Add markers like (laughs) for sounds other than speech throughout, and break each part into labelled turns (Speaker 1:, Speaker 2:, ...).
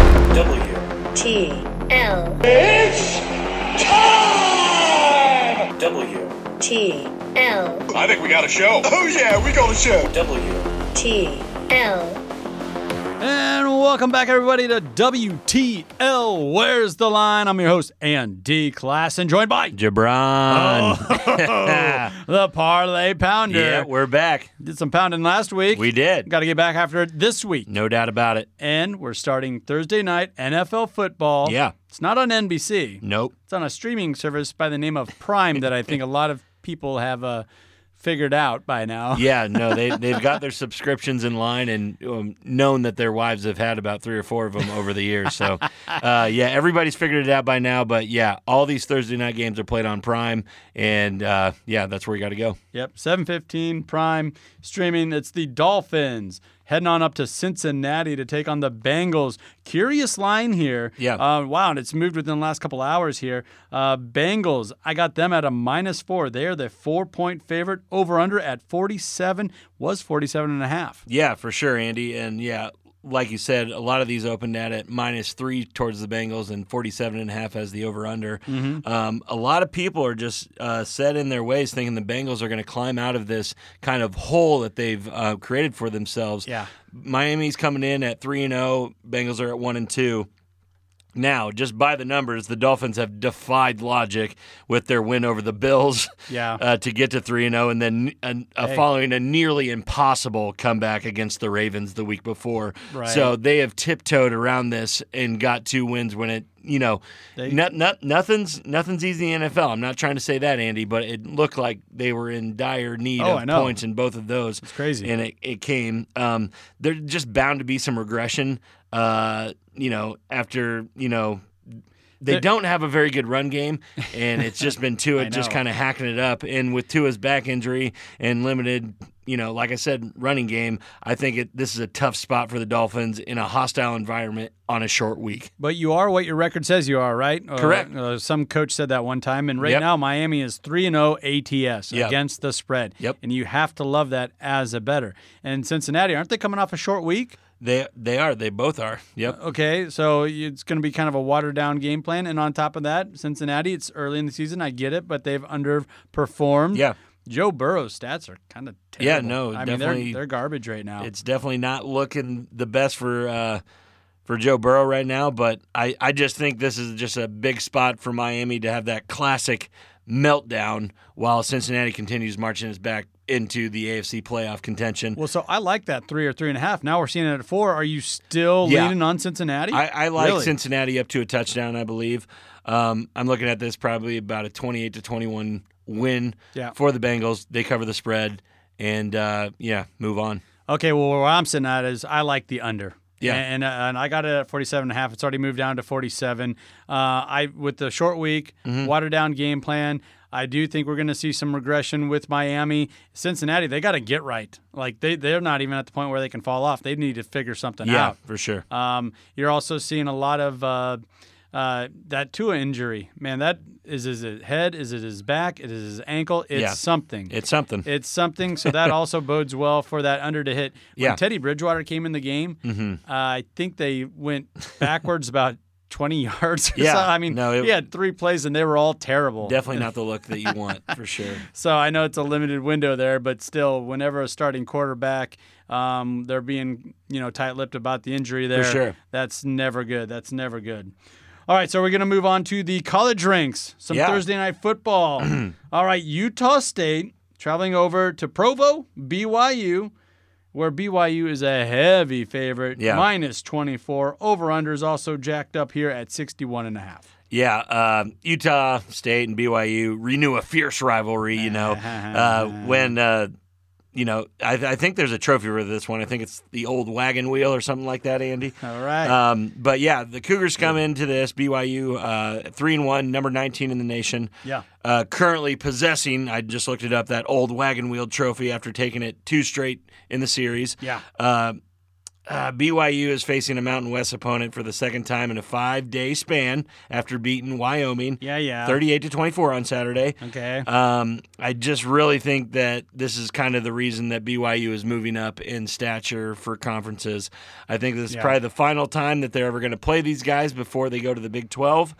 Speaker 1: W.
Speaker 2: T L
Speaker 1: It's time! W.
Speaker 2: T L
Speaker 3: I think we got a show. Oh yeah, we got a show.
Speaker 1: W.
Speaker 2: T L
Speaker 4: And welcome back, everybody, to WTL. Where's the line? I'm your host, Andy Class, and joined by
Speaker 5: Jabron.
Speaker 4: the Parlay Pounder.
Speaker 5: yeah, we're back.
Speaker 4: did some pounding last week.
Speaker 5: We did.
Speaker 4: Got to get back after it this week.
Speaker 5: No doubt about it.
Speaker 4: And we're starting Thursday night NFL football.
Speaker 5: Yeah.
Speaker 4: It's not on NBC.
Speaker 5: Nope.
Speaker 4: It's on a streaming service by the name of Prime that I think a lot of people have uh, figured out by now.
Speaker 5: Yeah, no, they, they've got their subscriptions in line and um, known that their wives have had about three or four of them over the years. So, uh, yeah, everybody's figured it out by now. But yeah, all these Thursday night games are played on Prime. And uh, yeah, that's where you got to go.
Speaker 4: Yep, 7:15 Prime streaming. It's the Dolphins heading on up to Cincinnati to take on the Bengals. Curious line here.
Speaker 5: Yeah.
Speaker 4: Uh, wow, and it's moved within the last couple hours here. Uh, Bengals, I got them at a minus four. They are the four-point favorite. Over under at 47 was 47 and a half.
Speaker 5: Yeah, for sure, Andy. And yeah, like you said, a lot of these opened out at minus three towards the Bengals and 47 and a half as the over under. Um, a lot of people are just uh, set in their ways thinking the Bengals are going to climb out of this kind of hole that they've uh, created for themselves.
Speaker 4: Yeah.
Speaker 5: Miami's coming in at 3 and 0, Bengals are at 1 and 2. Now, just by the numbers, the Dolphins have defied logic with their win over the Bills
Speaker 4: (laughs) Yeah.
Speaker 5: uh, to get to 3 and 0 and then uh, uh, following a nearly impossible comeback against the Ravens the week before.
Speaker 4: Right.
Speaker 5: So they have tiptoed around this and got two wins when it, you know,
Speaker 4: They-
Speaker 5: no- no- nothing's nothing's easy in the NFL. I'm not trying to say that, Andy, but it looked like they were in dire need
Speaker 4: Oh, I
Speaker 5: of
Speaker 4: know.
Speaker 5: points in both of those. It's
Speaker 4: crazy.
Speaker 5: And it, it came. Um, there's just bound to be some regression, uh, you know, after, you know, they don't have a very good run game, and it's
Speaker 4: (laughs)
Speaker 5: just been Tua just
Speaker 4: know.
Speaker 5: kind of hacking it up. And with Tua's back injury and limited, you know, like I said, running game, I think it, this is a tough spot for the Dolphins in a hostile environment on a short week.
Speaker 4: But you are what your record says you are, right? Or,
Speaker 5: Correct.
Speaker 4: Uh, some coach said that one time, and right
Speaker 5: Yep.
Speaker 4: now Miami is three and oh zero ATS
Speaker 5: Yep.
Speaker 4: against the spread.
Speaker 5: Yep.
Speaker 4: And you have to love that as a better. And Cincinnati, aren't they coming off a short week?
Speaker 5: They they are. They both are. Yep.
Speaker 4: Okay, so it's going to be kind of a watered down game plan. And on top of that, Cincinnati, it's early in the season. I get it, but they've underperformed.
Speaker 5: Yeah.
Speaker 4: Joe Burrow's stats are kind of terrible.
Speaker 5: Yeah, no,
Speaker 4: I mean,
Speaker 5: definitely-
Speaker 4: they're, they're garbage right now.
Speaker 5: It's definitely not looking the best for uh, for Joe Burrow right now, but I, I just think this is just a big spot for Miami to have that classic meltdown while Cincinnati continues marching us back into the AFC playoff contention.
Speaker 4: well, so I like that three or three and a half. Now we're seeing it at four. Are you still
Speaker 5: Yeah.
Speaker 4: leaning on Cincinnati?
Speaker 5: I, I like
Speaker 4: Really?
Speaker 5: Cincinnati up to a touchdown, I believe. Um, I'm looking at this probably about a 28 to 21 win
Speaker 4: Yeah.
Speaker 5: for the Bengals. They cover the spread, and uh, yeah, move on.
Speaker 4: Okay, well, where I'm sitting at is I like the under.
Speaker 5: Yeah.
Speaker 4: And, and, and I got it at 47 and a half. It's already moved down to 47. Uh, I With the short week,
Speaker 5: Mm-hmm.
Speaker 4: watered down game plan, I do think we're going to see some regression with Miami. Cincinnati, they got to get right. Like, they, they're not even at the point where they can fall off. They need to figure something
Speaker 5: Yeah,
Speaker 4: out.
Speaker 5: for sure.
Speaker 4: Um, you're also seeing a lot of uh, uh, that Tua injury. Man, that is is it head? Is it his back? It is his ankle? It's
Speaker 5: Yeah.
Speaker 4: something.
Speaker 5: It's something.
Speaker 4: (laughs) It's something. So that also bodes well for that under to hit. When
Speaker 5: Yeah. Mm-hmm.
Speaker 4: Teddy Bridgewater came in the game, uh, I think they went backwards about 20 (laughs) yards. Or
Speaker 5: Yeah.
Speaker 4: so. I mean,
Speaker 5: No, it-
Speaker 4: he had three plays and they were all terrible.
Speaker 5: Definitely not the look that you want, for sure.
Speaker 4: So I know it's a limited window there, but still, whenever a starting quarterback, um, they're being you know tight-lipped about the injury there.
Speaker 5: sure.
Speaker 4: That's never good. That's never good. All right, so we're gonna move on to the college ranks. Some
Speaker 5: Yeah.
Speaker 4: Thursday night
Speaker 5: (clears throat)
Speaker 4: football. All right, Utah State traveling over to Provo, BYU. Where BYU is a heavy favorite,
Speaker 5: Yeah.
Speaker 4: minus 24. Over under is also jacked up here at 61 and a half.
Speaker 5: Yeah, uh, Utah State and BYU renew a fierce rivalry.
Speaker 4: (laughs)
Speaker 5: You know, uh, when uh, you know, I, I think there's a trophy for this one. I think it's the old wagon wheel or something like that, Andy.
Speaker 4: All right.
Speaker 5: Um, but yeah, the Cougars come into this BYU uh, three and one, number 19 in the nation.
Speaker 4: Yeah.
Speaker 5: Uh, currently possessing, I just looked it up, that old wagon wheel trophy after taking it two straight in the series.
Speaker 4: Yeah.
Speaker 5: Uh, Uh, BYU is facing a Mountain West opponent for the second time in a five-day span after beating Wyoming.
Speaker 4: Yeah, yeah.
Speaker 5: 38 to 24 on Saturday.
Speaker 4: Okay.
Speaker 5: Um, I just really think that this is kind of the reason that BYU is moving up in stature for conferences. I think this is
Speaker 4: Yeah.
Speaker 5: probably the final time that they're ever going to play these guys before they go to the Big 12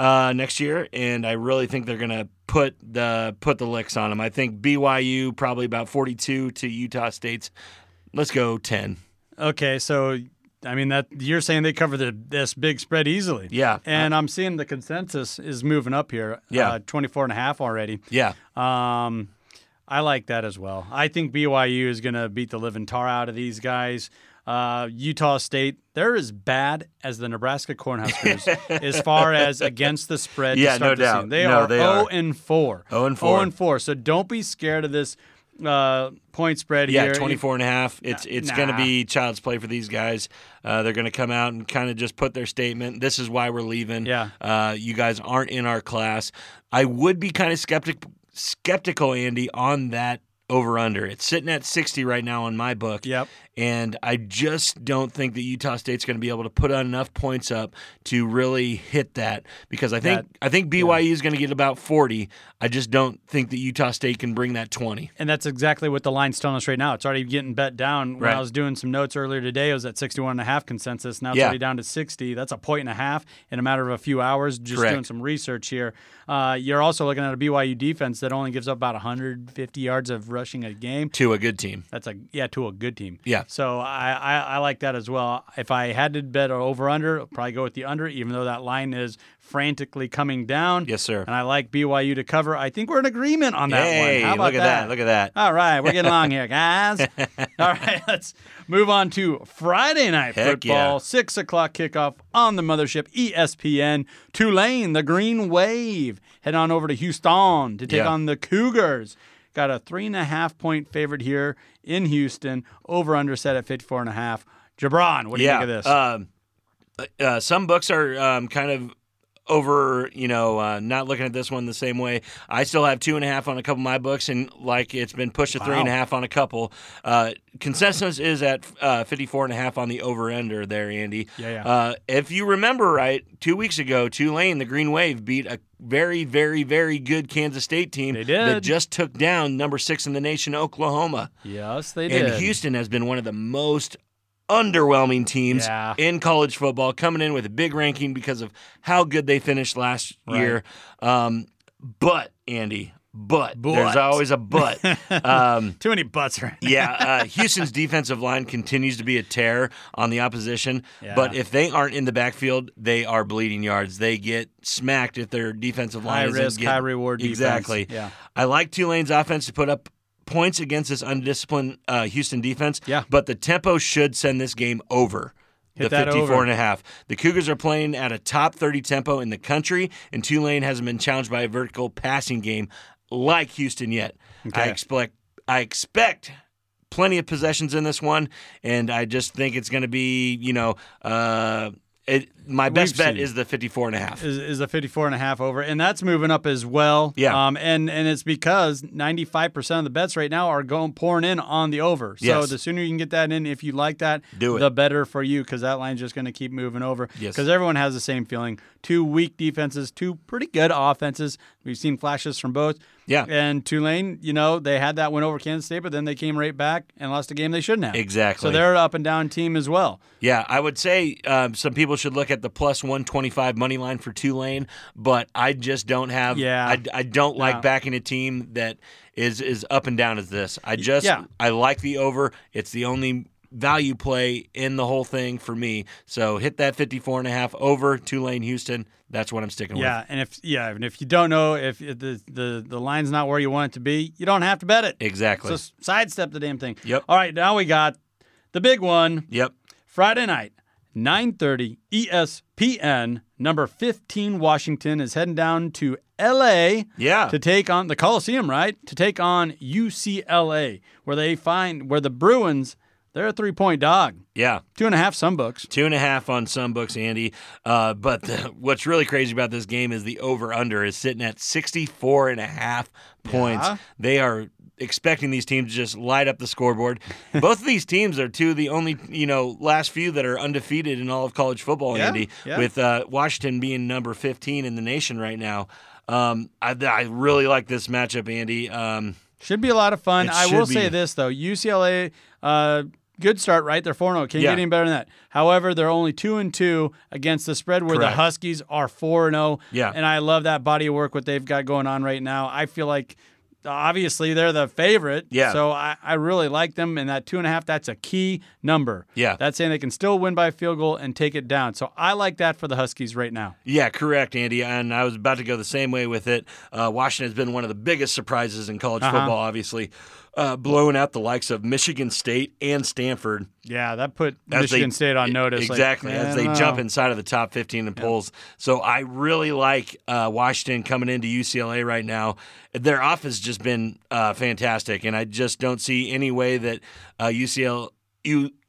Speaker 5: uh, next year, and I really think they're going to put the put the licks on them. I think BYU probably about 42 to Utah State's. Let's go 10.
Speaker 4: Okay, so I mean that you're saying they cover the, this big spread easily.
Speaker 5: Yeah.
Speaker 4: And I'm seeing the consensus is moving up here.
Speaker 5: Yeah.
Speaker 4: Uh, 24 and a half already.
Speaker 5: Yeah.
Speaker 4: Um, I like that as well. I think BYU is going to beat the living tar out of these guys. Uh, Utah State, they're as bad as the Nebraska
Speaker 5: (laughs)
Speaker 4: Cornhuskers as far as against the spread.
Speaker 5: Yeah,
Speaker 4: to start
Speaker 5: no
Speaker 4: the season.
Speaker 5: doubt.
Speaker 4: They
Speaker 5: No,
Speaker 4: are
Speaker 5: they
Speaker 4: 0
Speaker 5: are.
Speaker 4: and 4.
Speaker 5: 0 and 4.
Speaker 4: 0 and 4. So don't be scared of this uh, point spread
Speaker 5: Yeah,
Speaker 4: here.
Speaker 5: 24 and a half. It's it's
Speaker 4: nah.
Speaker 5: going to be child's play for these guys. Uh, they're going to come out and kind of just put their statement. This is why we're leaving.
Speaker 4: Yeah.
Speaker 5: Uh, you guys aren't in our class. I would be kind of skeptic skeptical, Andy, on that over under. It's sitting at 60 right now on my book.
Speaker 4: Yep.
Speaker 5: And I just don't think that Utah State's going to be able to put enough points up to really hit that because I think I think BYU is going to get about 40. I just don't think that Utah State can bring that 20.
Speaker 4: And that's exactly what the line's telling us right now. It's already getting bet down. When
Speaker 5: Right.
Speaker 4: I was doing some notes earlier today, it was at 61 and a half consensus. Now it's
Speaker 5: Yeah.
Speaker 4: already down to 60. That's a point and a half in a matter of a few hours just
Speaker 5: Correct.
Speaker 4: doing some research here. Uh, you're also looking at a BYU defense that only gives up about 150 yards of rushing a game.
Speaker 5: To a good team.
Speaker 4: That's a yeah to a good team.
Speaker 5: Yeah.
Speaker 4: So I, I, I like that as well. If I had to bet or over under, I'll probably go with the under, even though that line is frantically coming down.
Speaker 5: Yes, sir.
Speaker 4: And I like BYU to cover. I think we're in agreement on that
Speaker 5: Hey,
Speaker 4: one. How about
Speaker 5: look at that? Look at that.
Speaker 4: All right, we're getting
Speaker 5: (laughs)
Speaker 4: along here, guys. All right, (laughs) let's move on to Friday night
Speaker 5: Heck
Speaker 4: football.
Speaker 5: yeah.
Speaker 4: Six o'clock kickoff on the mothership E ESPN. Tulane, the Green Wave, head on over to Houston to take
Speaker 5: Yeah.
Speaker 4: on the Cougars. Got a three and a half point favorite here in Houston. Over under set at fifty four and a half. Jabron, what do you
Speaker 5: yeah.
Speaker 4: think of this?
Speaker 5: Um, uh, some books are um, kind of over, you know, uh, not looking at this one the same way. I still have two and a half on a couple of my books, and like it's been pushed to three and a
Speaker 4: Wow.
Speaker 5: half on a couple. Uh, consensus is at uh, 54 and a half on the over under there, Andy.
Speaker 4: Yeah, yeah.
Speaker 5: Uh, if you remember right, two weeks ago, Tulane, the Green Wave, beat a very, very, very good Kansas State team
Speaker 4: They did.
Speaker 5: that just took down number six in the nation, Oklahoma.
Speaker 4: yes, they did.
Speaker 5: And
Speaker 4: (laughs)
Speaker 5: Houston has been one of the most underwhelming teams
Speaker 4: Yeah.
Speaker 5: in college football, coming in with a big ranking because of how good they finished last year. Um, but Andy, but, there's
Speaker 4: But.
Speaker 5: always a
Speaker 4: (laughs)
Speaker 5: but. um,
Speaker 4: Too many butts right now.
Speaker 5: yeah, uh, Houston's defensive line continues to be a tear on the opposition.
Speaker 4: Yeah.
Speaker 5: But if they aren't in the backfield, they are bleeding yards. They get smacked if their defensive line
Speaker 4: High
Speaker 5: isn't
Speaker 4: risk,
Speaker 5: get-
Speaker 4: high reward defense.
Speaker 5: Exactly.
Speaker 4: Yeah.
Speaker 5: I like Tulane's offense to put up points against this undisciplined uh, Houston defense.
Speaker 4: Yeah.
Speaker 5: But the tempo should send this game over. the
Speaker 4: that
Speaker 5: 54
Speaker 4: over.
Speaker 5: and a half. The Cougars are playing at a top 30 tempo in the country, and Tulane hasn't been challenged by a vertical passing game like Houston yet. I
Speaker 4: Okay.
Speaker 5: expect I expect plenty of possessions in this one, and I just think it's going to be, you know, uh, it, my best
Speaker 4: We've
Speaker 5: bet
Speaker 4: seen.
Speaker 5: is the 54 and a half.
Speaker 4: is, is a 54 and a half over and that's moving up as well
Speaker 5: Yeah.
Speaker 4: um, and and it's because 95% of the bets right now are going pouring in on the over so
Speaker 5: Yes.
Speaker 4: the sooner you can get that in if you like that
Speaker 5: Do it.
Speaker 4: the better for you because that line's just going to keep moving over
Speaker 5: Yes.
Speaker 4: because everyone has the same feeling two weak defenses two pretty good offenses we've seen flashes from both
Speaker 5: Yeah.
Speaker 4: and Tulane you know they had that win over Kansas State but then they came right back and lost a game they shouldn't have
Speaker 5: Exactly.
Speaker 4: so they're an up and down team as well
Speaker 5: Yeah, I would say um, some people should look at the plus 125 money line for Tulane, but I just don't have.
Speaker 4: Yeah.
Speaker 5: I, I don't like
Speaker 4: No.
Speaker 5: backing a team that is is up and down as this. I just
Speaker 4: yeah.
Speaker 5: I like the over. It's the only value play in the whole thing for me. So hit that 54 and a half over Tulane Houston. That's what I'm sticking with.
Speaker 4: Yeah, and if yeah, and if you don't know if it- the the the line's not where you want it to be, you don't have to bet it.
Speaker 5: Exactly.
Speaker 4: So s- sidestep the damn thing.
Speaker 5: Yep.
Speaker 4: All right, now we got the big one
Speaker 5: yep.
Speaker 4: Friday night, E 9:30 ESPN. Number 15 Washington is heading down to LA
Speaker 5: Yeah.
Speaker 4: to take on the Coliseum, right? To take on UCLA, where they find where the Bruins they're a three point dog,
Speaker 5: Yeah.
Speaker 4: two and a half some books.
Speaker 5: Two and a half on some books, Andy. Uh, but the, (laughs) what's really crazy about this game is the over under is sitting at 64 and a half points.
Speaker 4: Yeah.
Speaker 5: They are expecting these teams to just light up
Speaker 4: (laughs)
Speaker 5: the scoreboard. Both of these teams are two of the only you know last few that are undefeated in all of college football.
Speaker 4: Yeah,
Speaker 5: Andy,
Speaker 4: yeah.
Speaker 5: with uh, Washington being number 15 in the nation right now. Um, I, I really like this matchup, Andy. Um,
Speaker 4: Should be a lot of fun.
Speaker 5: It
Speaker 4: I will
Speaker 5: should
Speaker 4: say
Speaker 5: be.
Speaker 4: this though: UCLA, uh, good start, right? They're four four zero. Can't
Speaker 5: Yeah.
Speaker 4: get any better than that. However, they're only two and two against the spread, where
Speaker 5: Correct.
Speaker 4: the Huskies are four and zero.
Speaker 5: Yeah.
Speaker 4: and I love that body of work what they've got going on right now. I feel like obviously they're the favorite.
Speaker 5: Yeah.
Speaker 4: So I, I really like them, and that two and a half that's a key number.
Speaker 5: Yeah.
Speaker 4: that's saying they can still win by a field goal and take it down. So I like that for the Huskies right now.
Speaker 5: Yeah, correct, Andy. And I was about to go the same way with it. Uh, Washington has been one of the biggest surprises in college football, obviously, uh, blowing out the likes of Michigan State and Stanford.
Speaker 4: Yeah, that put
Speaker 5: as
Speaker 4: Michigan
Speaker 5: they- e,
Speaker 4: State on notice. like,
Speaker 5: Exactly, as
Speaker 4: man,
Speaker 5: they
Speaker 4: no.
Speaker 5: jump inside of the top 15 in polls. So I really like uh, Washington coming into UCLA right now. Their offense has just been uh, fantastic, and I just don't see any way that uh, UCL,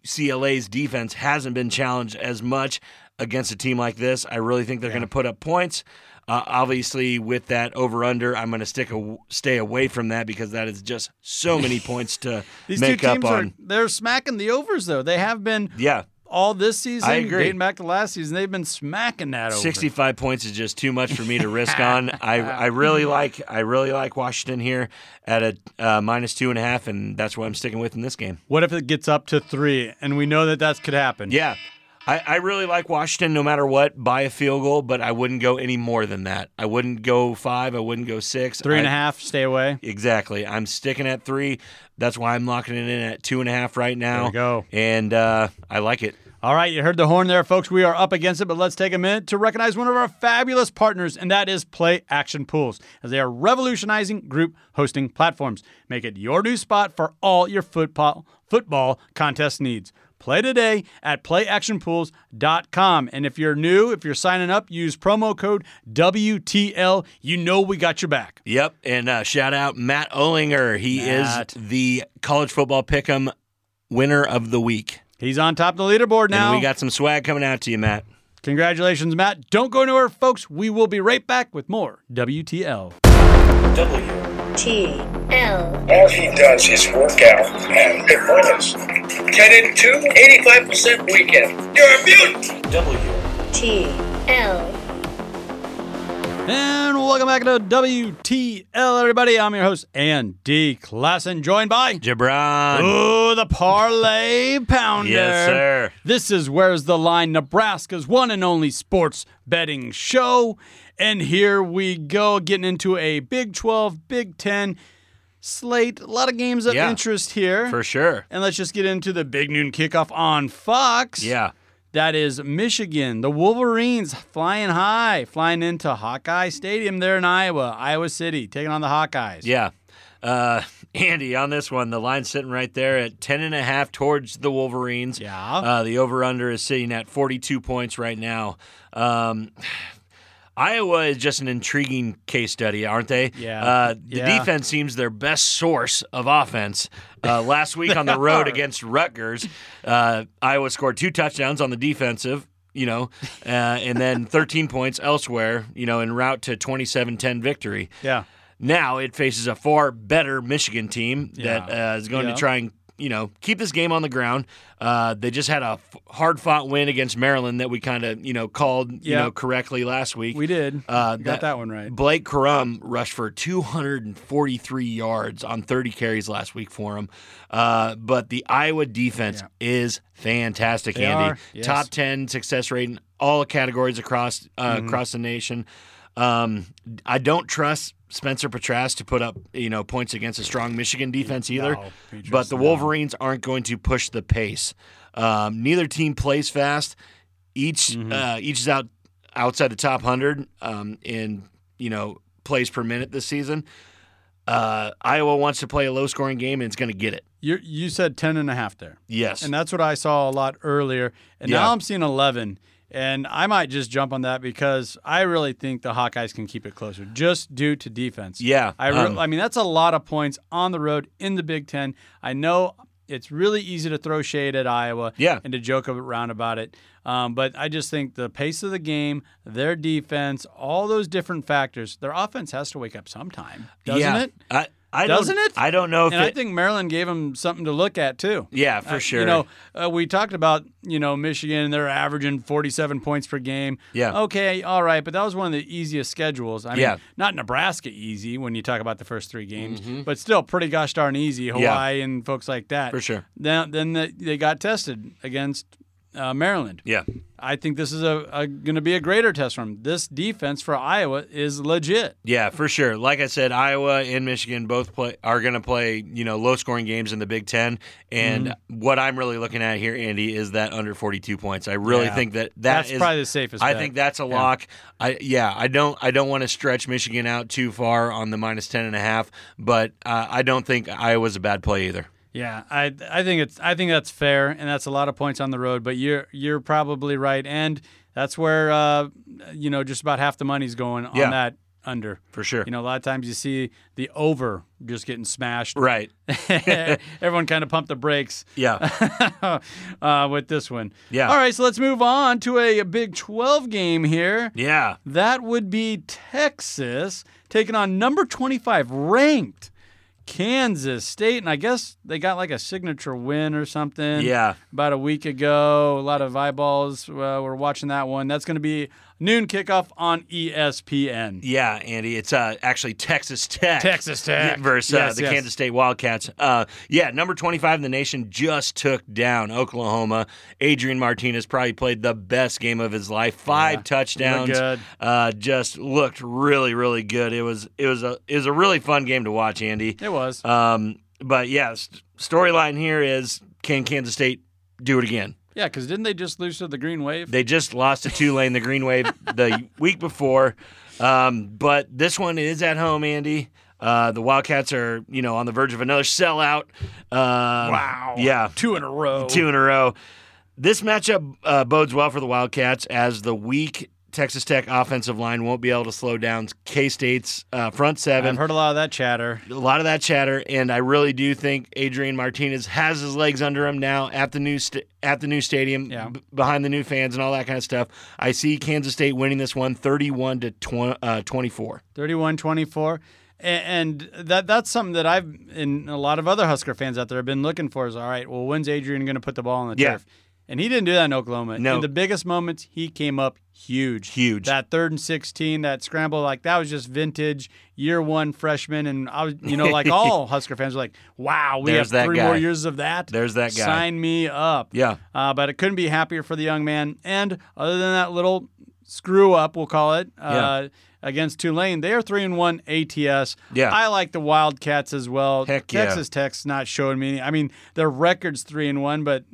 Speaker 5: UCLA's defense hasn't been challenged as much against a team like this. I really think they're going to put up points. Uh, obviously, with that over under, I'm going to stick a, stay away from that because that is just so many points to
Speaker 4: (laughs) These
Speaker 5: make
Speaker 4: two teams
Speaker 5: up on.
Speaker 4: are they're smacking the overs though. They have been
Speaker 5: yeah.
Speaker 4: all this season.
Speaker 5: I agree.
Speaker 4: Dating back to last season, they've been smacking that over.
Speaker 5: 65 points is just too much for me to risk on. I, I really like I really like Washington here at a uh, minus two and a half, and that's what I'm sticking with in this game.
Speaker 4: What if it gets up to three? And we know that that could happen.
Speaker 5: Yeah, I, I really like Washington no matter what by a field goal, but I wouldn't go any more than that. I wouldn't go five. I wouldn't go six.
Speaker 4: Three and a
Speaker 5: I-
Speaker 4: half, stay away.
Speaker 5: Exactly. I'm sticking at three. That's why I'm locking it in at two and a half right now.
Speaker 4: There you go.
Speaker 5: And uh, I like it.
Speaker 4: All right, you heard the horn there, folks. We are up against it, but let's take a minute to recognize one of our fabulous partners, and that is Play Action Pools, as they are revolutionizing group hosting platforms. Make it your new spot for all your football football contest needs. Play today at playactionpools.com. And if you're new, if you're signing up, use promo code WTL. You know we got your back.
Speaker 5: Yep, and uh, shout out Matt Olinger. He
Speaker 4: Matt.
Speaker 5: is the college football pick'em winner of the week.
Speaker 4: He's on top of the leaderboard now.
Speaker 5: And we got some swag coming out to you, Matt.
Speaker 4: Congratulations, Matt. Don't go anywhere, folks. We will be right back with more WTL.
Speaker 1: W.
Speaker 2: T L
Speaker 6: All he does is work out and it wins. 10 and 2, 85% weekend. You're a mutant!
Speaker 1: W.
Speaker 2: T L
Speaker 4: And welcome back to WTL, everybody. I'm your host, Andy Klassen, joined by
Speaker 5: Jabron.
Speaker 4: Ooh, the Parlay Pounder.
Speaker 5: Yes, sir.
Speaker 4: This is Where's the Line, Nebraska's one and only sports betting show. And here we go, getting into a Big 12, Big 10 slate. A lot of games of
Speaker 5: Yeah.
Speaker 4: interest here.
Speaker 5: For sure.
Speaker 4: And let's just get into the big noon kickoff on Fox.
Speaker 5: Yeah.
Speaker 4: That is Michigan. The Wolverines flying high, flying into Hawkeye Stadium there in Iowa, Iowa City, taking on the Hawkeyes.
Speaker 5: Yeah. Uh, Andy, on this one, the line's sitting right there at 10.5 towards the Wolverines.
Speaker 4: Yeah.
Speaker 5: Uh, the over under is sitting at 42 points right now. Um, (sighs) Iowa is just an intriguing case study, aren't they?
Speaker 4: Yeah.
Speaker 5: Uh, the
Speaker 4: Yeah.
Speaker 5: defense seems their best source of offense. Uh, last week on
Speaker 4: (laughs)
Speaker 5: the road against Rutgers, uh, Iowa scored two touchdowns on the defensive. You know, uh, and then 13 points elsewhere, you know, en route to 27 10 victory.
Speaker 4: Yeah.
Speaker 5: Now it faces a far better Michigan team that
Speaker 4: Yeah.
Speaker 5: uh, is going
Speaker 4: Yeah.
Speaker 5: to try and you know keep this game on the ground. Uh, they just had a f- hard-fought win against Maryland that we kind of you know called you
Speaker 4: Yeah.
Speaker 5: know correctly last week.
Speaker 4: We did.
Speaker 5: Uh,
Speaker 4: We got that one right.
Speaker 5: Blake Corum rushed for 243 yards on 30 carries last week for him. Uh, but the Iowa defense is fantastic,
Speaker 4: They
Speaker 5: Andy.
Speaker 4: are, yes.
Speaker 5: Top 10 success rate in all categories across uh,
Speaker 4: Mm-hmm.
Speaker 5: across the nation. Um, I don't trust Spencer Petras to put up you know points against a strong Michigan defense either.
Speaker 4: No, Petras,
Speaker 5: but the
Speaker 4: no.
Speaker 5: Wolverines aren't going to push the pace. Um, neither team plays fast. Each
Speaker 4: Mm-hmm.
Speaker 5: uh, each is out outside the top hundred um, in you know plays per minute this season. Uh, Iowa wants to play a low scoring game and it's going to get it.
Speaker 4: You you said 10 and a half there.
Speaker 5: Yes.
Speaker 4: And that's what I saw a lot earlier. And
Speaker 5: Yeah.
Speaker 4: now I'm seeing 11. And I might just jump on that because I really think the Hawkeyes can keep it closer just due to defense.
Speaker 5: Yeah,
Speaker 4: I, re-
Speaker 5: um,
Speaker 4: I mean, that's a lot of points on the road in the Big Ten. I know it's really easy to throw shade at Iowa
Speaker 5: Yeah.
Speaker 4: and to joke around about it. Um, but I just think the pace of the game, their defense, all those different factors, their offense has to wake up sometime, doesn't
Speaker 5: yeah.
Speaker 4: it?
Speaker 5: I, I don't-
Speaker 4: doesn't it?
Speaker 5: I don't know if
Speaker 4: and I
Speaker 5: it-
Speaker 4: think Maryland gave them something to look at too.
Speaker 5: Yeah, for
Speaker 4: Uh,
Speaker 5: sure.
Speaker 4: You know, uh, we talked about you know Michigan; they're averaging forty-seven points per game.
Speaker 5: Yeah.
Speaker 4: Okay, all right, but that was one of the easiest schedules. I mean,
Speaker 5: Yeah.
Speaker 4: not Nebraska easy when you talk about the first three games, but still pretty gosh darn easy. Hawaii and folks like that
Speaker 5: Mm-hmm. For sure.
Speaker 4: Now, then the, they got tested against uh, Maryland.
Speaker 5: yeah,
Speaker 4: I think this is a, a going to be a greater test for them. This defense for Iowa is legit.
Speaker 5: yeah, for sure. Like I said, Iowa and Michigan both play are going to play you know low scoring games in the Big Ten. And
Speaker 4: Mm-hmm.
Speaker 5: what I'm really looking at here, Andy, is that under 42 points. I really
Speaker 4: Yeah.
Speaker 5: think that, that
Speaker 4: That's
Speaker 5: is-
Speaker 4: probably the safest
Speaker 5: I
Speaker 4: bet.
Speaker 5: think that's a lock. I yeah, I don't I don't want to stretch Michigan out too far on the minus 10 and a half, but uh, I don't think Iowa's a bad play either.
Speaker 4: Yeah, I I think it's I think that's fair, and that's a lot of points on the road. But you're you're probably right, and that's where uh, you know just about half the money's going on
Speaker 5: Yeah.
Speaker 4: that under
Speaker 5: For sure.
Speaker 4: You know, a lot of times you see the over just getting smashed.
Speaker 5: Right.
Speaker 4: (laughs) Everyone kind of pumped the brakes (laughs)
Speaker 5: Yeah.
Speaker 4: uh, with this one.
Speaker 5: Yeah.
Speaker 4: All right, so let's move on to a, Big 12 game here.
Speaker 5: yeah.
Speaker 4: That would be Texas taking on number 25 ranked Kansas State. And I guess they got like a signature win or something.
Speaker 5: Yeah.
Speaker 4: About a week ago. A lot of eyeballs uh, were watching that one. That's going to be noon kickoff on E ESPN.
Speaker 5: Yeah, Andy, it's uh, actually Texas Tech.
Speaker 4: Texas Tech.
Speaker 5: (laughs) versus uh,
Speaker 4: Yes,
Speaker 5: the
Speaker 4: yes.
Speaker 5: Kansas State Wildcats. Uh, yeah, number 25 in the nation just took down Oklahoma. Adrian Martinez probably played the best game of his life. Five touchdowns.
Speaker 4: looked good.
Speaker 5: Uh, just looked really really good. It was it was a it was a really fun game to watch, Andy.
Speaker 4: It was.
Speaker 5: Um, but yeah, st- storyline here is can Kansas State do it again?
Speaker 4: Yeah, because didn't they just lose to the Green Wave?
Speaker 5: They just lost to Tulane, the Green Wave, the week before. Um, but this one is at home, Andy. Uh, the Wildcats are, you know, on the verge of another sellout. Um, wow. Yeah,
Speaker 4: Two in a row.
Speaker 5: two in a row. This matchup uh, bodes well for the Wildcats as the weak Texas Tech offensive line won't be able to slow down K State's uh, front
Speaker 4: I've
Speaker 5: seven.
Speaker 4: heard a lot of that chatter.
Speaker 5: a lot of that chatter, and I really do think Adrian Martinez has his legs under him now at the new st- at the new stadium,
Speaker 4: Yeah.
Speaker 5: b- behind the new fans and all that kind of stuff. I see Kansas State winning this one, thirty-one to tw- uh, twenty-four.
Speaker 4: 31 24 and that that's something that I've and a lot of other Husker fans out there have been looking for is all right. Well, when's Adrian going to put the ball on the
Speaker 5: Yeah.
Speaker 4: turf? And he didn't do that in Oklahoma.
Speaker 5: No.
Speaker 4: In the biggest moments, he came up huge.
Speaker 5: Huge.
Speaker 4: That third and sixteen, that scramble, like that was just vintage year one freshman. And I was, you know,
Speaker 5: (laughs)
Speaker 4: like all Husker fans were like, "Wow, we
Speaker 5: There's
Speaker 4: have
Speaker 5: that
Speaker 4: three more
Speaker 5: guy.
Speaker 4: years of that."
Speaker 5: There's that guy.
Speaker 4: Sign me up.
Speaker 5: Yeah.
Speaker 4: Uh, but it couldn't be happier for the young man. And other than that little screw up, we'll call it, uh, against Tulane, they are three and one ATS.
Speaker 5: Yeah.
Speaker 4: I like the Wildcats as well.
Speaker 5: Heck yeah.
Speaker 4: Texas Tech's not showing me. Any, I mean, their record's three and one, but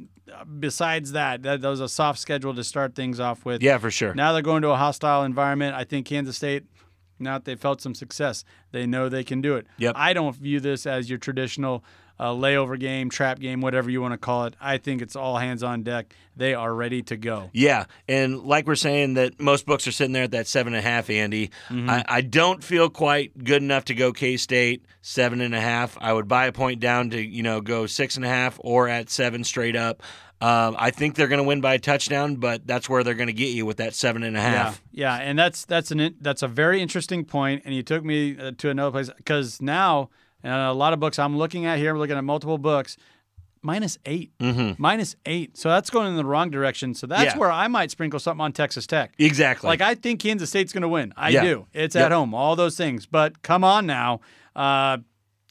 Speaker 4: besides that, that, that was a soft schedule to start things off with.
Speaker 5: Yeah, for sure.
Speaker 4: Now they're going to a hostile environment. I think Kansas State. Now that they've felt some success, they know they can do it.
Speaker 5: Yep.
Speaker 4: I don't view this as your traditional uh, layover game, trap game, whatever you want to call it. I think it's all hands on deck. They are ready to go.
Speaker 5: Yeah, and like we're saying that most books are sitting there at that seven and a half, Andy. I, I don't feel quite good enough to go K State seven and a half. I would buy a point down to you know go six and a half or at seven straight up. Um, I think they're going to win by a touchdown, but that's where they're going to get you with that seven and a half.
Speaker 4: Yeah, yeah, and that's that's an in- that's a very interesting point, and you took me uh, to another place because now uh, a lot of books I'm looking at here, I'm looking at multiple books, minus eight. Minus eight, so that's going in the wrong direction. So that's
Speaker 5: Mm-hmm. Yeah.
Speaker 4: where I might sprinkle something on Texas Tech.
Speaker 5: Exactly.
Speaker 4: Like I think Kansas State's going to win. I
Speaker 5: Yeah.
Speaker 4: do. It's
Speaker 5: Yep.
Speaker 4: at home. All those things. But come on now, uh,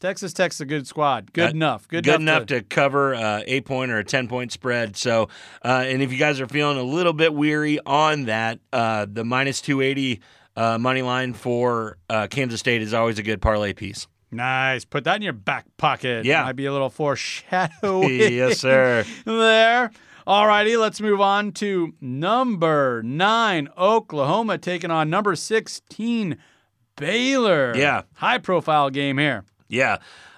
Speaker 4: Texas Tech's a good squad. Good
Speaker 5: Uh,
Speaker 4: enough. Good,
Speaker 5: good enough, to, cover a eight point or a 10 point spread. So, uh, and if you guys are feeling a little bit weary on that, uh, the minus 280 uh, money line for uh, Kansas State is always a good parlay piece.
Speaker 4: Nice. Put that in your back pocket.
Speaker 5: Yeah.
Speaker 4: Might be a little foreshadowing.
Speaker 5: (laughs) (laughs) yes, sir.
Speaker 4: (laughs) there. All righty, let's move on to number nine, Oklahoma taking on number 16, Baylor.
Speaker 5: Yeah.
Speaker 4: High profile game here.
Speaker 5: Yeah.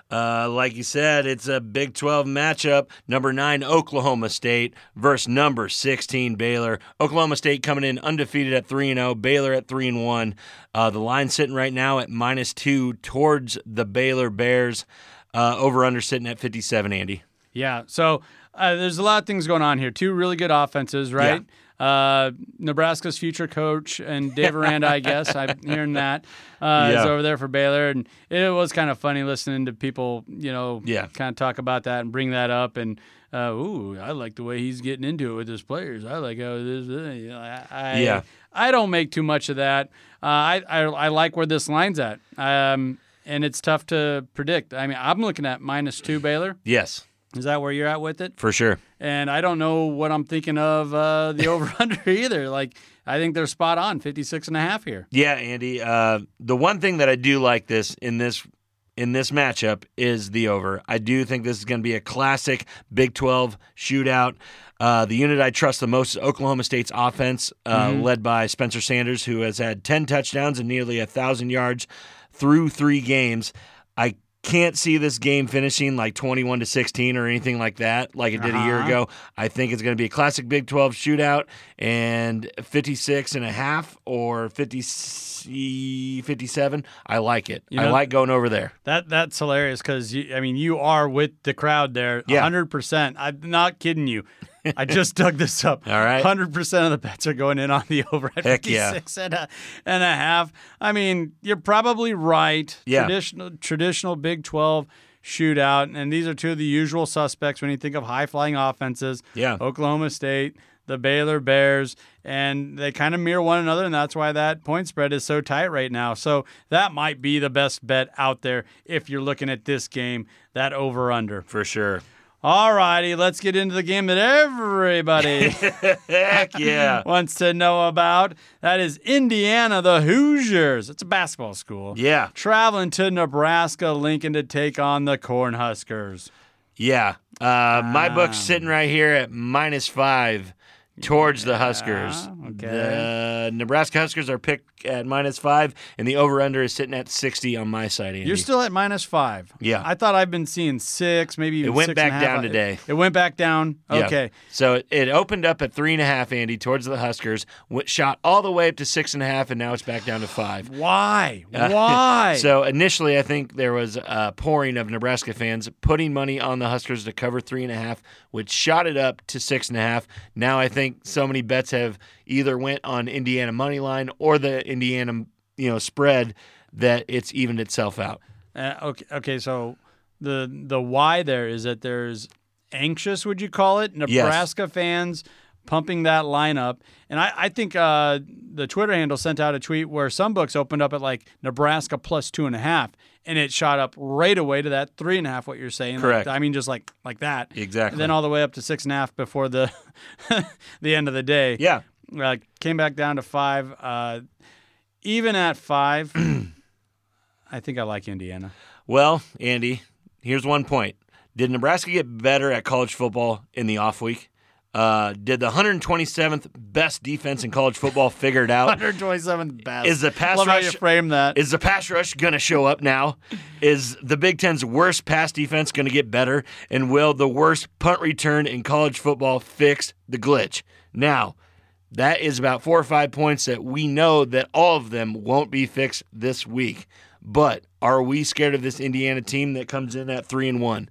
Speaker 5: Uh, like you said, it's a Big 12 matchup. Number nine, Oklahoma State versus number 16, Baylor. Oklahoma State coming in undefeated at 3 0, Baylor at 3 and 1. Uh, the line sitting right now at minus two towards the Baylor Bears. Uh, over under sitting at 57, Andy.
Speaker 4: Yeah. So uh, there's a lot of things going on here. Two really good offenses, right? Uh, Nebraska's future coach and Dave Aranda, I guess
Speaker 5: (laughs)
Speaker 4: I'm hearing that uh, is
Speaker 5: Yeah.
Speaker 4: over there for Baylor, and it was kind of funny listening to people, you know,
Speaker 5: Yeah.
Speaker 4: kind of talk about that and bring that up and. Uh, ooh, I like the way he's getting into it with his players. I like how this. uh, you know, I, I,
Speaker 5: Yeah.
Speaker 4: I don't make too much of that. Uh, I, I I like where this line's at, um, and it's tough to predict. I mean, I'm looking at minus two Baylor.
Speaker 5: Yes,
Speaker 4: Is that where you're at with it?
Speaker 5: for sure.
Speaker 4: And I don't know what I'm thinking of uh, (laughs) the over under either. Like I think they're spot on, 56 and a half here.
Speaker 5: Yeah, Andy. Uh, the one thing that I do like this in this in this matchup is the over. I do think this is going to be a classic Big Twelve shootout. Uh, the unit I trust the most is Oklahoma State's offense, uh, led by Spencer Sanders, who has had ten touchdowns and nearly a thousand yards through three games. I can't see this game finishing like 21 to 16 or anything like that, like it did a year ago. I think it's going to be a classic Big 12 shootout and 56 and a half or 50, 57. I like it.
Speaker 4: You
Speaker 5: I
Speaker 4: know-
Speaker 5: like going over there.
Speaker 4: That that's hilarious because I mean you are with the crowd there,
Speaker 5: Yeah.
Speaker 4: 100. percent I'm not kidding you. I (laughs) just dug this up.
Speaker 5: All right.
Speaker 4: 100 percent of the bets are going in on the (laughs) over at
Speaker 5: Heck yeah.
Speaker 4: 56 and, a, and a half. I mean, you're probably right.
Speaker 5: Yeah.
Speaker 4: Traditional traditional Big 12 shootout, and these are two of the usual suspects when you think of high flying offenses.
Speaker 5: Yeah.
Speaker 4: Oklahoma State. The Baylor Bears, and they kind of mirror one another, and that's why that point spread is so tight right now. So that might be the best bet out there if you're looking at this game, that over under.
Speaker 5: For sure.
Speaker 4: All righty, let's get into the game that everybody (laughs)
Speaker 5: Heck yeah.
Speaker 4: wants to know about. That is Indiana, the Hoosiers. It's a basketball school.
Speaker 5: Yeah.
Speaker 4: Traveling to Nebraska, Lincoln to take on the Cornhuskers.
Speaker 5: Yeah. Uh, my
Speaker 4: Ah.
Speaker 5: book's sitting right here at minus five towards the Huskers.
Speaker 4: okay.
Speaker 5: The Nebraska Huskers are picked at minus five, and the over under is sitting at 60 on my side. Andy.
Speaker 4: You're still at minus five.
Speaker 5: Yeah.
Speaker 4: I thought I've been seeing six, maybe even
Speaker 5: It went
Speaker 4: six and a
Speaker 5: back
Speaker 4: half.
Speaker 5: down today.
Speaker 4: It went back down.
Speaker 5: Yeah.
Speaker 4: Okay.
Speaker 5: So it, it opened up at three and a half, Andy, towards the Huskers, went, shot all the way up to six and a half, and now it's back down to five.
Speaker 4: Why?
Speaker 5: (laughs)
Speaker 4: Why?
Speaker 5: Uh, So initially, I think there was a pouring of Nebraska fans putting money on the Huskers to cover three and a half, which shot it up to six and a half. Now I think so many bets have either went on Indiana money line or the Indiana you know spread that it's evened itself out.
Speaker 4: Uh, okay, okay. So the the why there is that there's anxious, would you call it, Nebraska fans pumping that lineup, and I I think uh, the Twitter handle sent out a tweet where some books opened up at like Nebraska plus two and a half, and it shot up right away to that three and a half. What you're saying, like-
Speaker 5: Correct.
Speaker 4: I mean, just like like that,
Speaker 5: Exactly.
Speaker 4: And then all the way up to six and a half before the (laughs) the end of the day.
Speaker 5: Yeah.
Speaker 4: uh, came back down to five. Uh, even at five, (clears throat) I think I like Indiana.
Speaker 5: Well, Andy, here's one point. Did Nebraska get better at college football in the off week? Uh, did the 127th best defense in college football
Speaker 4: (laughs)
Speaker 5: figured out?
Speaker 4: 127th best.
Speaker 5: Is the pass
Speaker 4: Love how you
Speaker 5: rush-
Speaker 4: frame that.
Speaker 5: Is the pass rush going to show up now? Is the Big Ten's worst pass defense going to get better? And will the worst punt return in college football fix the glitch? Now, that is about four or five points that we know that all of them won't be fixed this week. But are we scared of this Indiana team that comes in at three and one?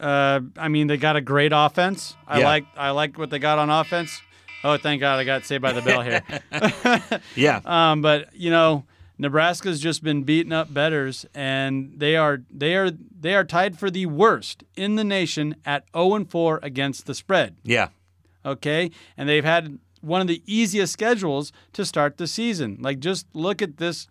Speaker 4: uh, I mean, they got a great offense. I
Speaker 5: Yeah.
Speaker 4: like I like what they got on offense. Oh, thank God I got saved by the bell
Speaker 5: (laughs)
Speaker 4: here.
Speaker 5: Yeah,
Speaker 4: um, but you know, Nebraska's just been beating up betters, and they are they are they are tied for the worst in the nation at 0 and 4 against the spread.
Speaker 5: yeah,
Speaker 4: okay? And they've had one of the easiest schedules to start the season. Like, just look at this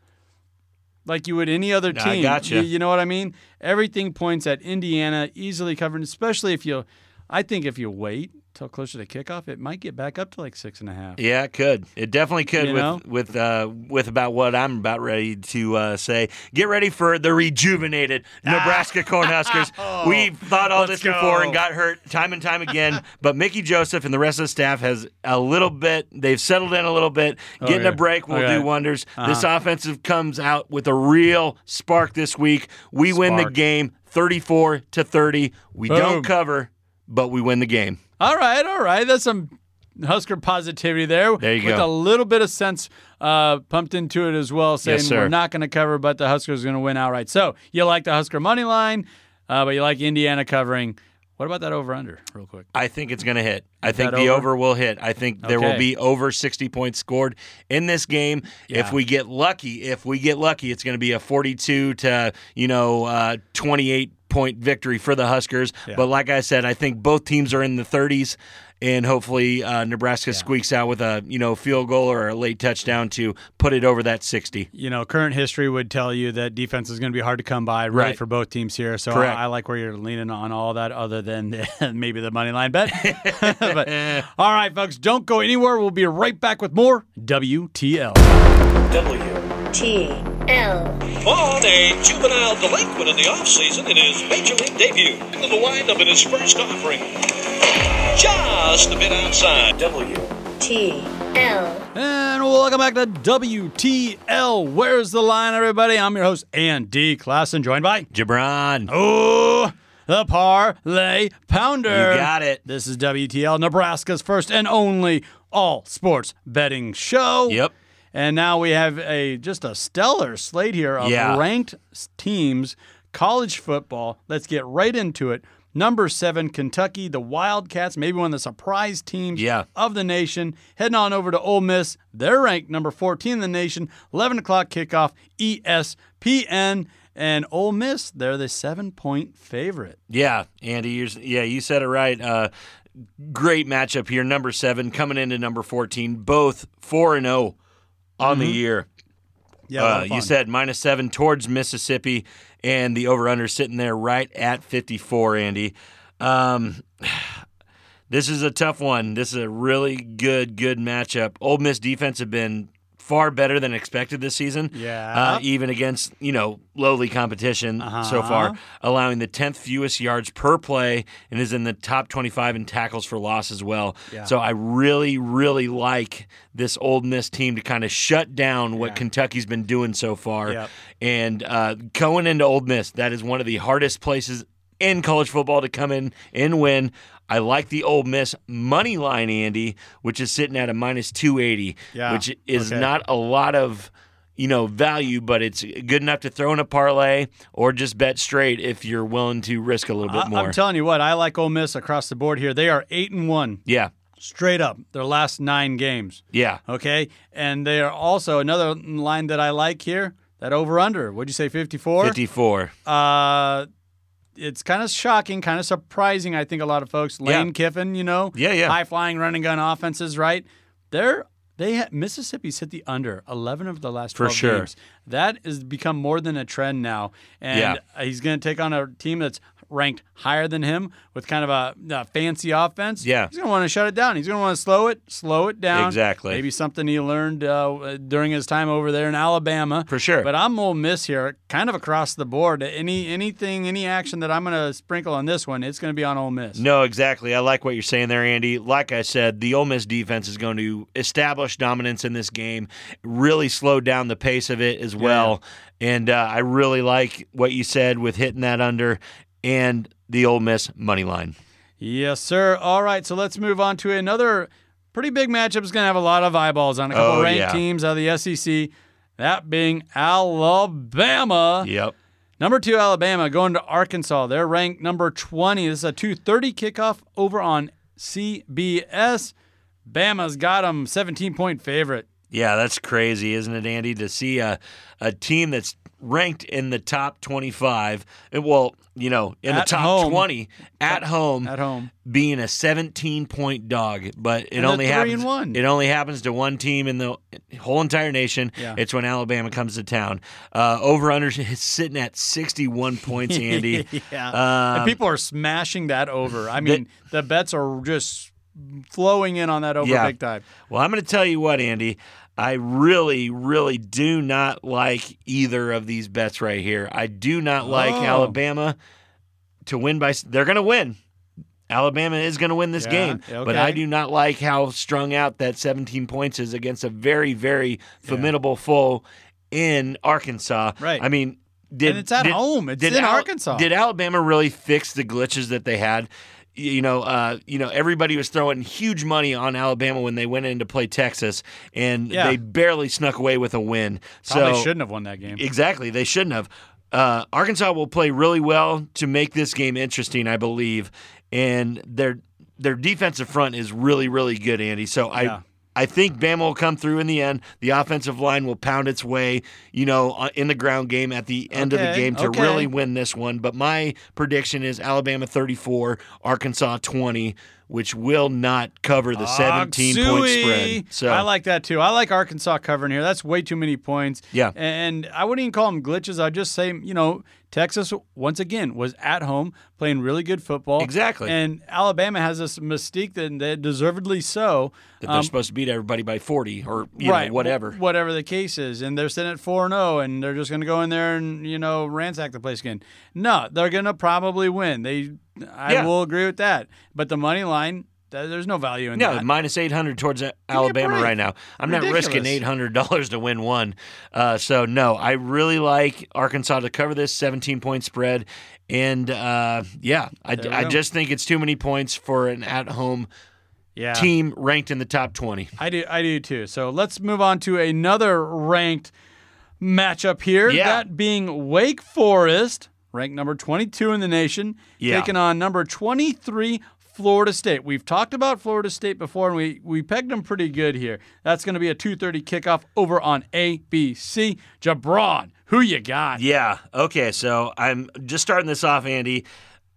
Speaker 4: like you would any other
Speaker 5: I
Speaker 4: team.
Speaker 5: gotcha.
Speaker 4: You, you know what I mean? Everything points at Indiana easily covering, especially if you, I think if you wait till closer to kickoff, it might get back up to like six and a half.
Speaker 5: yeah. It could. It definitely could.
Speaker 4: You
Speaker 5: with
Speaker 4: know?
Speaker 5: with uh, with about what I'm about ready to uh, say. Get ready for
Speaker 4: (laughs)
Speaker 5: the rejuvenated Nebraska Cornhuskers. We've thought all
Speaker 4: Oh, Let's
Speaker 5: this before and
Speaker 4: go.
Speaker 5: got hurt time and
Speaker 4: (laughs)
Speaker 5: time again. but Mickey Joseph and the rest of the staff has a little bit. They've settled in a little bit. Getting
Speaker 4: Oh, yeah.
Speaker 5: a break will
Speaker 4: Okay. Uh-huh.
Speaker 5: do wonders. This offensive comes out with a real spark this week. We win the
Speaker 4: Spark.
Speaker 5: game, 34 to 30. We
Speaker 4: Boom.
Speaker 5: don't cover, but we win the game.
Speaker 4: All right, all right. That's some Husker positivity there.
Speaker 5: There you
Speaker 4: with
Speaker 5: go.
Speaker 4: a little bit of sense uh, pumped into it as well, saying we're
Speaker 5: sir.
Speaker 4: not going to cover, but the Huskers are going to win outright. So you like the Husker money line, uh, but you like Indiana covering. What about that over under, real quick?
Speaker 5: I think it's going to hit. I think
Speaker 4: that
Speaker 5: the
Speaker 4: over?
Speaker 5: over? will hit. I think there
Speaker 4: Okay.
Speaker 5: will be over 60 points scored in this game.
Speaker 4: Yeah.
Speaker 5: If we get lucky, if we get lucky, it's going to be a 42 to, you know, uh, 28 point victory for the Huskers.
Speaker 4: Yeah.
Speaker 5: But like I said, I think both teams are in the 30s and hopefully uh, Nebraska squeaks out with a, you know, field goal or a late touchdown to put it over that 60.
Speaker 4: You know, current history would tell you that defense is going to be hard to come by, really,
Speaker 5: Right.
Speaker 4: for both teams here. So I,
Speaker 5: Correct.
Speaker 4: I like where you're leaning on all that, other than (laughs) the, maybe the money line bet. (laughs)
Speaker 5: (laughs)
Speaker 4: but all right, folks, don't go anywhere. We'll be right back with more WTL.
Speaker 1: W.
Speaker 2: T L
Speaker 7: Vaughn, a juvenile delinquent in the offseason in his major league debut. Into the windup in his first offering. Just a bit outside.
Speaker 1: W.
Speaker 2: T L
Speaker 4: And welcome back to WTL. Where's the line, everybody? I'm your host, Andy Klassen, joined by
Speaker 5: Gibran.
Speaker 4: Oh, the Parlay Pounder.
Speaker 5: You got it.
Speaker 4: This is WTL, Nebraska's first and only all sports betting show.
Speaker 5: Yep.
Speaker 4: And now we have a just a stellar slate here of
Speaker 5: Yeah.
Speaker 4: ranked s- teams, college football. Let's get right into it. Number seven, Kentucky, the Wildcats, maybe one of the surprise teams
Speaker 5: Yeah.
Speaker 4: of the nation. Heading on over to Ole Miss. They're ranked number 14 in the nation. 11 o'clock kickoff, E ESPN. And Ole Miss, they're the seven point favorite.
Speaker 5: Yeah, Andy, you're, yeah, you said it right. Uh, great matchup here. Number seven coming into number fourteen, both four and zero on the year.
Speaker 4: Mm-hmm. Yeah,
Speaker 5: Uh,
Speaker 4: a lot of
Speaker 5: you
Speaker 4: fun.
Speaker 5: said minus seven towards Mississippi, and the over under sitting there right at fifty four. Andy, um, (sighs) this is a tough one. This is a really good good matchup. Old Miss defense have been far better than expected this season.
Speaker 4: Yeah.
Speaker 5: uh, even against you know lowly competition so
Speaker 4: Uh-huh.
Speaker 5: far, allowing the tenth fewest yards per play, and is in the top twenty five in tackles for loss as well.
Speaker 4: Yeah.
Speaker 5: So I really really like this Old Miss team to kind of shut down what Kentucky's been doing so far.
Speaker 4: Yep.
Speaker 5: And uh, going into Old Miss, that is one of the hardest places in college football to come in and win. I like the Old Miss money line, Andy, which is sitting at a minus 280,
Speaker 4: Yeah,
Speaker 5: which is
Speaker 4: okay.
Speaker 5: not a lot of you know value, but it's good enough to throw in a parlay or just bet straight if you're willing to risk a little bit
Speaker 4: I-
Speaker 5: more.
Speaker 4: I'm telling you what, I like Ole Miss across the board here. They are eight and one
Speaker 5: yeah,
Speaker 4: straight up their last nine games.
Speaker 5: yeah.
Speaker 4: (laughs) Okay, and they are also another line that I like here. That over under. What'd you say, fifty four?
Speaker 5: 54.
Speaker 4: Uh, it's kind of shocking, kind of surprising. I think a lot of folks. Lane
Speaker 5: Yeah.
Speaker 4: Kiffin, you know,
Speaker 5: Yeah, yeah.
Speaker 4: high flying running gun offenses, right? They're they ha- Mississippi's hit the under eleven of the last
Speaker 5: For
Speaker 4: 12
Speaker 5: sure.
Speaker 4: games. That has become more than a trend now, and
Speaker 5: Yeah.
Speaker 4: he's going to take on a team that's ranked higher than him with kind of a, a fancy offense.
Speaker 5: Yeah.
Speaker 4: he's going to want to shut it down. He's going to want to slow it, slow it down.
Speaker 5: Exactly.
Speaker 4: Maybe something he learned uh, during his time over there in Alabama.
Speaker 5: For sure.
Speaker 4: But I'm Ole Miss here, kind of across the board. Any anything, any action that I'm going to sprinkle on this one, it's going to be on Ole Miss.
Speaker 5: No, exactly. I like what you're saying there, Andy. Like I said, the Ole Miss defense is going to establish dominance in this game, really slow down the pace of it as well. And uh, I really like what you said with hitting that under and the Ole Miss money line.
Speaker 4: Yes, sir. All right, so let's move on to another pretty big matchup. Is going to have a lot of eyeballs on a couple
Speaker 5: Oh,
Speaker 4: ranked
Speaker 5: yeah.
Speaker 4: teams out of the SEC. That being Alabama.
Speaker 5: Yep.
Speaker 4: Number two, Alabama going to Arkansas. They're ranked number 20. This is a 230 kickoff over on CBS. Bama's got them 17 point favorite. (laughs)
Speaker 5: Yeah, that's crazy, isn't it, Andy? To see a, a team that's ranked in the top 25, eh, well, you know, in
Speaker 4: At
Speaker 5: the top
Speaker 4: home.
Speaker 5: 20 at home,
Speaker 4: At home.
Speaker 5: being a 17 point dog, but it
Speaker 4: they're
Speaker 5: only
Speaker 4: three and
Speaker 5: happens
Speaker 4: one.
Speaker 5: it only happens to one team in the whole entire nation.
Speaker 4: Yeah.
Speaker 5: It's when Alabama comes to town. Uh, over under is sitting at 61 points, Andy.
Speaker 4: (laughs) yeah. and
Speaker 5: Um,
Speaker 4: people are smashing that over. I mean, the, bets are just flowing in on that over
Speaker 5: Yeah.
Speaker 4: big time.
Speaker 5: Well, I'm going to tell you what, Andy. I really, really do not like either of these bets right here. I do not like
Speaker 4: Oh.
Speaker 5: Alabama to win by. They're going to win. Alabama is going to win this
Speaker 4: Yeah,
Speaker 5: game, but
Speaker 4: okay.
Speaker 5: I do not like how strung out that 17 points is against a very, very formidable foe in Arkansas.
Speaker 4: Right.
Speaker 5: I mean, did
Speaker 4: And it's at
Speaker 5: did-
Speaker 4: home. It's in
Speaker 5: Al-
Speaker 4: Arkansas.
Speaker 5: Did Alabama really fix the glitches that they had? You know, uh, you know, everybody was throwing huge money on Alabama when they went in to play Texas, and
Speaker 4: Yeah.
Speaker 5: they barely snuck away with a win.
Speaker 4: Probably
Speaker 5: so
Speaker 4: shouldn't have won that game.
Speaker 5: exactly, they shouldn't have. Uh, Arkansas will play really well to make this game interesting, I believe, and their their defensive front is really really good, Andy. So I.
Speaker 4: Yeah.
Speaker 5: I think Bama will come through in the end. The offensive line will pound its way, you know, uh, in the ground game at the end of
Speaker 4: Okay,
Speaker 5: the game to
Speaker 4: okay.
Speaker 5: really win this one. But my prediction is Alabama 34, Arkansas 20, which will not cover the 17 point
Speaker 4: Oksui.
Speaker 5: spread. So
Speaker 4: I like that too. I like Arkansas covering here. That's way too many points.
Speaker 5: Yeah.
Speaker 4: And I wouldn't even call them glitches. I'd just say, you know, Texas once again was at home playing really good football.
Speaker 5: Exactly.
Speaker 4: And Alabama has this mystique that, that deservedly so.
Speaker 5: that they're supposed to beat everybody by 40 or you
Speaker 4: um, right.
Speaker 5: know, whatever.
Speaker 4: wh- Whatever the case is. And they're sitting at 4 0, and they're just going to go in there and, you know, ransack the place again. No, they're going to probably win. They, I
Speaker 5: Yeah.
Speaker 4: will agree with that. But the money line, th- there's no value in
Speaker 5: No,
Speaker 4: that.
Speaker 5: minus 800 towards A- Alabama
Speaker 4: break.
Speaker 5: right now. I'm
Speaker 4: Ridiculous.
Speaker 5: not risking $800 to win one. Uh, so, no, I really like Arkansas to cover this 17 point spread. And uh, yeah, I,
Speaker 4: There we
Speaker 5: I
Speaker 4: go.
Speaker 5: just think it's too many points for an at home
Speaker 4: yeah.
Speaker 5: team ranked in the top 20.
Speaker 4: I do. I do too. So let's move on to another ranked matchup here.
Speaker 5: Yeah.
Speaker 4: That being Wake Forest, ranked number 22 in the nation,
Speaker 5: Yeah.
Speaker 4: taking on number 23 Florida State. We've talked about Florida State before, and we we pegged them pretty good here. That's going to be a 2:30 kickoff over on ABC. Jabron, who you got?
Speaker 5: Yeah. Okay. So I'm just starting this off, Andy.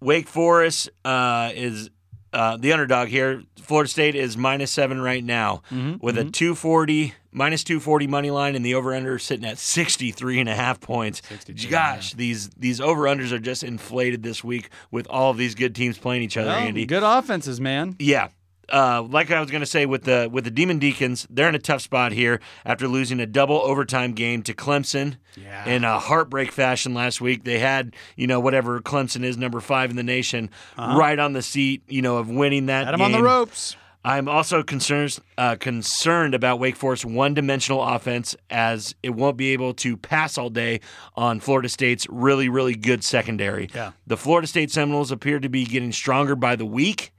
Speaker 5: Wake Forest uh, is uh, the underdog here. Florida State is minus seven right now with a 240, minus 240 money line, and the over under sitting at 63 and a half points. Gosh, these, these over unders are just inflated this week with all of these good teams playing each other,
Speaker 4: Well,
Speaker 5: Andy.
Speaker 4: good offenses, man.
Speaker 5: Yeah. Uh, like I was going to say with the with the Demon Deacons, they're in a tough spot here after losing a double overtime game to Clemson
Speaker 4: Yeah.
Speaker 5: in a heartbreak fashion last week. They had you know whatever Clemson is number five in the nation right on the seat you know of winning that.
Speaker 4: Uh-huh. Had them on the
Speaker 5: game.
Speaker 4: ropes.
Speaker 5: I'm also concerned uh, concerned about Wake Forest's one-dimensional offense as it won't be able to pass all day on Florida State's really really good secondary.
Speaker 4: Yeah.
Speaker 5: The Florida State Seminoles appear to be getting stronger by the week.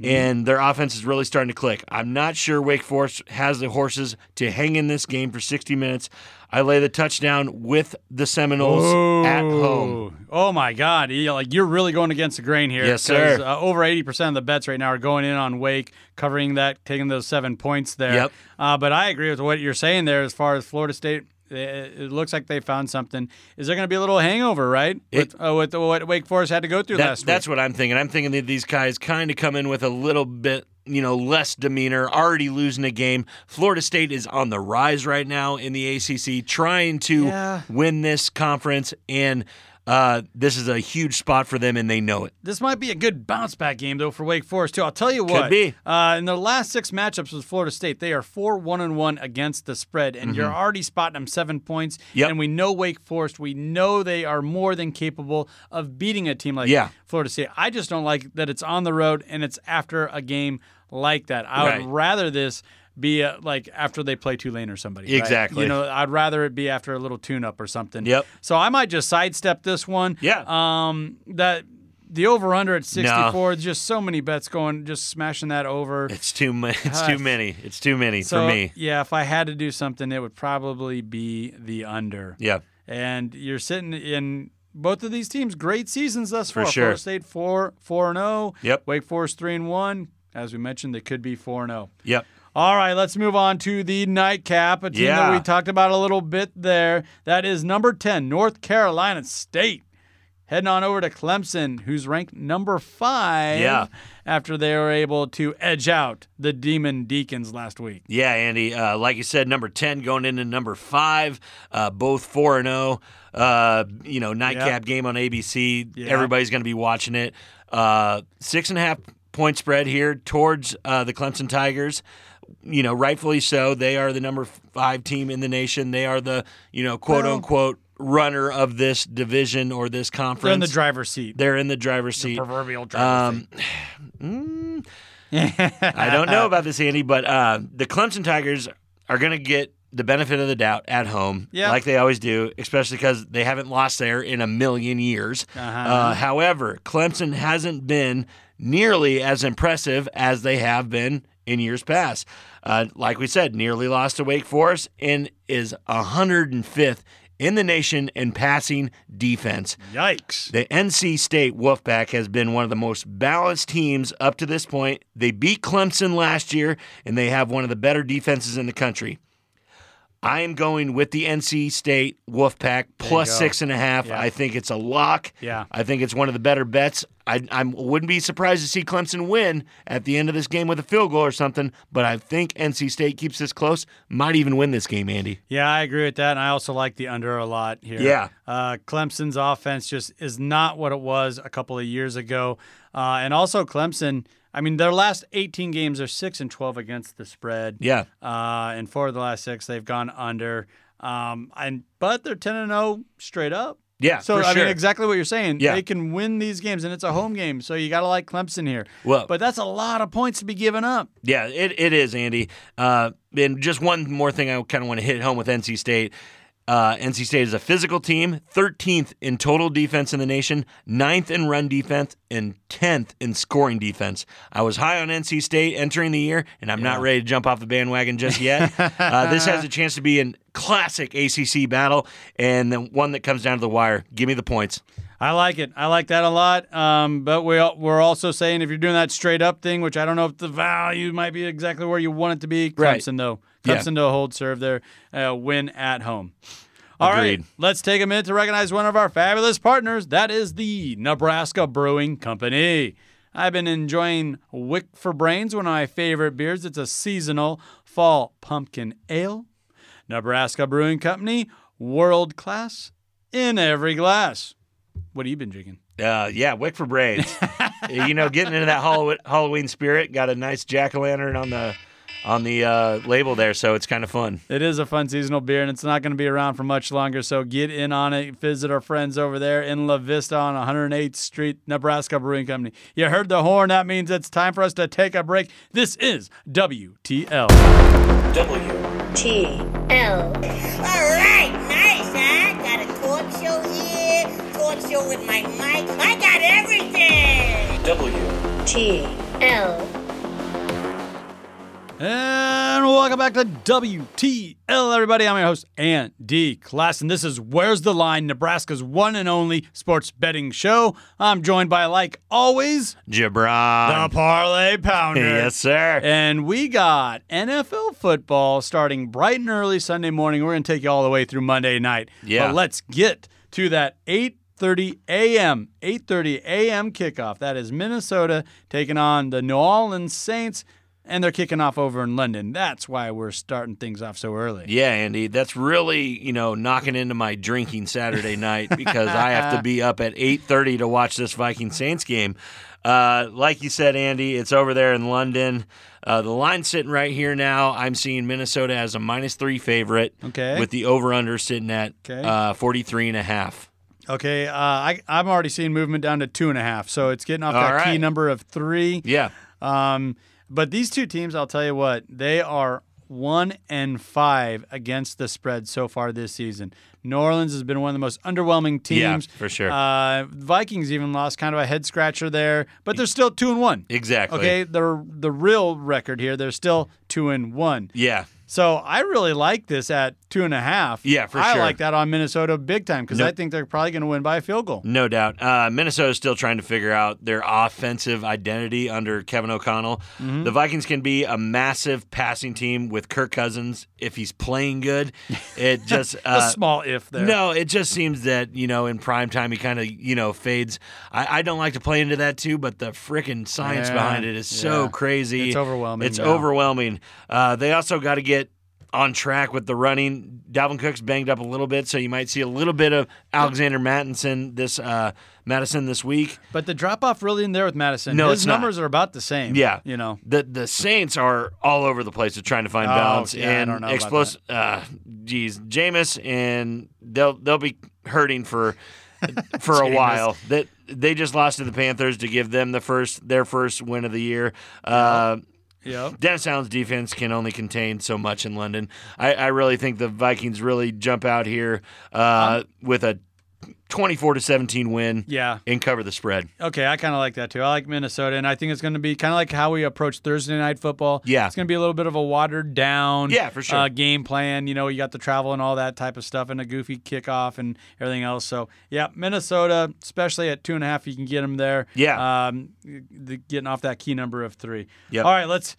Speaker 5: And their offense is really starting to click. I'm not sure Wake Forest has the horses to hang in this game for 60 minutes. I lay the touchdown with the Seminoles at home.
Speaker 4: Ooh. Oh my God! You- like you're really going against the grain here.
Speaker 5: Yes,
Speaker 4: 'cause,
Speaker 5: sir.
Speaker 4: Uh, over eighty percent of the bets right now are going in on Wake, covering that, taking those seven points there.
Speaker 5: Yep.
Speaker 4: Uh, but I agree with what you're saying there as far as Florida State. It it looks like they found something. Is there going to be a little hangover, right?
Speaker 5: It-
Speaker 4: with, uh, with what Wake Forest had to (laughs) go through
Speaker 5: That-
Speaker 4: last
Speaker 5: That's
Speaker 4: week.
Speaker 5: what I'm thinking. I'm thinking that these guys kind of come in with a little bit, you know, less demeanor, already losing a game. Florida State is on the rise right now in the ACC, trying to
Speaker 4: Yeah.
Speaker 5: win this conference, and uh, this is a huge spot for them, and they know it.
Speaker 4: This might be a good bounce back game though for Wake Forest too. I'll tell you what.
Speaker 5: be.
Speaker 4: Uh, in their last six matchups with Florida State, they are four one and one against the spread, and you're already spotting them seven points.
Speaker 5: Mm-hmm. Yep.
Speaker 4: And we know Wake Forest. We know they are more than capable of beating a team like
Speaker 5: Yeah.
Speaker 4: Florida State. I just don't like that it's on the road and it's after a game like that. I
Speaker 5: Right.
Speaker 4: would rather this. Be uh like after they play Tulane or somebody. right?
Speaker 5: Exactly.
Speaker 4: You know, I'd rather it be after a little tune up or something.
Speaker 5: Yep.
Speaker 4: So I might just sidestep this one.
Speaker 5: Yeah.
Speaker 4: Um, that the over under at 64, just so many bets going, just smashing that over.
Speaker 5: It's too mu- It's too many. It's too many
Speaker 4: Uh, So,
Speaker 5: for me.
Speaker 4: Yeah, if I had to do something, it would probably be the under.
Speaker 5: Yeah.
Speaker 4: And you're sitting in both of these teams, great seasons thus
Speaker 5: For
Speaker 4: far.
Speaker 5: sure.
Speaker 4: Florida State 4 4 and 0.
Speaker 5: Yep.
Speaker 4: Wake Forest 3 and 1. As we mentioned, they could be 4 and oh. 0.
Speaker 5: Yep.
Speaker 4: All right, let's move on to the nightcap, a team that
Speaker 5: Yeah.
Speaker 4: we talked about a little bit there. That is number 10, North Carolina State. Heading on over to Clemson, who's ranked number five
Speaker 5: Yeah.
Speaker 4: after they were able to edge out the Demon Deacons last week.
Speaker 5: Yeah, Andy. Uh, like you said, number ten going into number five, uh, both four and zero. Uh, you know, nightcap
Speaker 4: Yep.
Speaker 5: game on ABC.
Speaker 4: Yeah.
Speaker 5: Everybody's going to be watching it. Uh, six and a half point spread here towards uh, the Clemson Tigers. You know, rightfully so. They are the number five team in the nation. They are the you know quote unquote runner of this division or this conference.
Speaker 4: They're in the driver's seat.
Speaker 5: They're in the driver's seat.
Speaker 4: Proverbial driver's
Speaker 5: Um, (sighs) mm, I don't know about this, Andy, but uh, the Clemson Tigers are going to get the benefit of the doubt at home,
Speaker 4: Yeah.
Speaker 5: like they always do, especially because they haven't lost there in a million years.
Speaker 4: Uh-huh.
Speaker 5: Uh, however, Clemson hasn't been nearly as impressive as they have been in years past. Uh, like we said, nearly lost to Wake Forest and is 105th in the nation in passing defense.
Speaker 4: Yikes.
Speaker 5: The NC State Wolfpack has been one of the most balanced teams up to this point. They beat Clemson last year, and they have one of the better defenses in the country. I am going with the NC State Wolfpack plus
Speaker 4: go.
Speaker 5: six and a half.
Speaker 4: Yeah.
Speaker 5: I think it's a lock.
Speaker 4: Yeah.
Speaker 5: I think it's one of the better bets. I, I wouldn't be surprised to see Clemson win at the end of this game with a field goal or something, but I think NC State keeps this close. Might even win this game, Andy.
Speaker 4: Yeah, I agree with that, and I also like the under a lot here.
Speaker 5: Yeah.
Speaker 4: uh, Clemson's offense just is not what it was a couple of years ago, uh, and also Clemson. I mean, their last 18 games are six and 12 against the spread.
Speaker 5: Yeah.
Speaker 4: uh, and four of the last six they've gone under. Um, and but they're 10 and 0 straight up.
Speaker 5: Yeah,
Speaker 4: So
Speaker 5: for
Speaker 4: I
Speaker 5: sure.
Speaker 4: mean, exactly what you're saying.
Speaker 5: Yeah.
Speaker 4: They can win these games, and it's a home game, so you got to like Clemson here.
Speaker 5: Well-
Speaker 4: but that's a lot of points to be given up.
Speaker 5: Yeah, it, it is, Andy. Uh, and just one more thing I kind of want to hit home with NC State. Uh, NC State is a physical team, 13th in total defense in the nation, 9th in run defense, and 10th in scoring defense. I was high on NC State entering the year, and I'm not ready to jump off the bandwagon just yet. uh, this has a chance to be a classic ACC battle, and the one that comes down to the wire. Give me the points.
Speaker 4: I like it. I like that a lot. Um, but we al- we're also saying if you're doing that straight up thing, which I don't know if the value might be exactly where you want it to be.
Speaker 5: Right.
Speaker 4: Clemson though,
Speaker 5: Yeah.
Speaker 4: Clemson to hold serve their uh, win at home. All
Speaker 5: Agreed.
Speaker 4: right, let's take a minute to recognize one of our fabulous partners. That is the Nebraska Brewing Company. I've been enjoying Wick for Brains, one of my favorite beers. It's a seasonal fall pumpkin ale. Nebraska Brewing Company, world class in every glass. What have you been drinking?
Speaker 5: Uh, yeah, Wick for Brains. you know, getting into that Hallow- Halloween spirit. Got a nice jack o' lantern on the on the uh, label there, so it's kind of fun.
Speaker 4: It is a fun seasonal beer, and it's not going to be around for much longer. So get in on it. Visit our friends over there in La Vista on 108th Street, Nebraska Brewing Company. You heard the horn. That means it's time for us to take a break. This is WTL.
Speaker 1: W.
Speaker 2: T L
Speaker 8: All right, nice, huh? Got a talk show here, talk show with my mic. I got everything.
Speaker 1: W.
Speaker 2: T L
Speaker 4: And welcome back to WTL, everybody. I'm your host, Andy Klass, and this is Where's the Line, Nebraska's one and only sports betting show. I'm joined by, like always, the
Speaker 5: Jabron.
Speaker 4: Parlay Pounder.
Speaker 5: (laughs) Yes, sir.
Speaker 4: And we got NFL football starting bright and early Sunday morning. We're going to take you all the way through Monday night.
Speaker 5: Yeah.
Speaker 4: But let's get to that 8:30 a.m. 8:30 a.m. kickoff. That is Minnesota taking on the New Orleans Saints and they're kicking off over in London. That's why we're starting things off so early.
Speaker 5: Yeah, Andy, that's really you know knocking into my drinking Saturday night because I have
Speaker 4: (laughs)
Speaker 5: to be up at eight thirty to watch this Viking Saints game. Uh, like you said, Andy, it's over there in London. Uh, the line's sitting right here now. I'm seeing Minnesota as a minus three favorite.
Speaker 4: Okay.
Speaker 5: With the over under sitting at
Speaker 4: Okay.
Speaker 5: uh, 43 and a half.
Speaker 4: Okay, uh, I, I'm already seeing movement down to two and a half, so it's getting off
Speaker 5: All
Speaker 4: that key
Speaker 5: right.
Speaker 4: number of three.
Speaker 5: Yeah.
Speaker 4: Um, but these two teams, I'll tell you what, they are one and five against the spread so far this season. New Orleans has been one of the most underwhelming
Speaker 5: Yeah,
Speaker 4: teams
Speaker 5: for sure.
Speaker 4: Uh, Vikings even lost kind of a head scratcher there, but they're still two and one.
Speaker 5: Exactly.
Speaker 4: Okay, the the real record here, they're still two and one.
Speaker 5: Yeah.
Speaker 4: So I really like this at two and a half.
Speaker 5: Yeah, for
Speaker 4: I
Speaker 5: sure.
Speaker 4: like that on Minnesota big time because
Speaker 5: No-
Speaker 4: I think they're probably going to win by a field goal.
Speaker 5: No doubt. Uh, Minnesota's still trying to figure out their offensive identity under Kevin O'Connell. The Vikings can be a massive passing team with Kirk Cousins if he's playing good. It just
Speaker 4: a
Speaker 5: uh,
Speaker 4: small if there.
Speaker 5: No, it just seems that you know in prime time he kind of you know fades. I, I don't like to play into that too, but the freaking science
Speaker 4: Yeah,
Speaker 5: behind it is so
Speaker 4: yeah.
Speaker 5: crazy.
Speaker 4: It's overwhelming,
Speaker 5: It's
Speaker 4: yeah.
Speaker 5: overwhelming. Uh, they also got to get on track with the running. Dalvin Cook's banged up a little bit, so you might see a little bit of Alexander Mattinson this uh, Madison this week.
Speaker 4: But the drop off really in there with Madison.
Speaker 5: No,
Speaker 4: his
Speaker 5: it's not.
Speaker 4: numbers are about the same.
Speaker 5: Yeah,
Speaker 4: you know.
Speaker 5: the the Saints are all over the place of trying to find
Speaker 4: Oh,
Speaker 5: balance
Speaker 4: yeah, I
Speaker 5: and
Speaker 4: don't know about
Speaker 5: explosive. Uh, geez, Jameis, and they'll they'll be
Speaker 4: (laughs)
Speaker 5: hurting for for a
Speaker 4: Jameis.
Speaker 5: while. That they just lost to the Panthers to give them the first their first win of the year. Uh,
Speaker 4: Yep.
Speaker 5: Dennis Allen's defense can only contain so much in London. I, I really think the Vikings really jump out here uh, with a 24 to 17 win
Speaker 4: Um, Yeah.
Speaker 5: and cover the spread.
Speaker 4: Okay, I kind of like that too. I like Minnesota, and I think it's going to be kind of like how we approach Thursday night football.
Speaker 5: Yeah.
Speaker 4: it's going to be a little bit of a watered down,
Speaker 5: Yeah, for sure.
Speaker 4: uh, game plan. You know, you got the travel and all that type of stuff, and a goofy kickoff and everything else. So, yeah, Minnesota, especially at two and a half, you can get them there.
Speaker 5: Yeah.
Speaker 4: um, the, getting off that key number of three.
Speaker 5: Yep.
Speaker 4: All right, let's.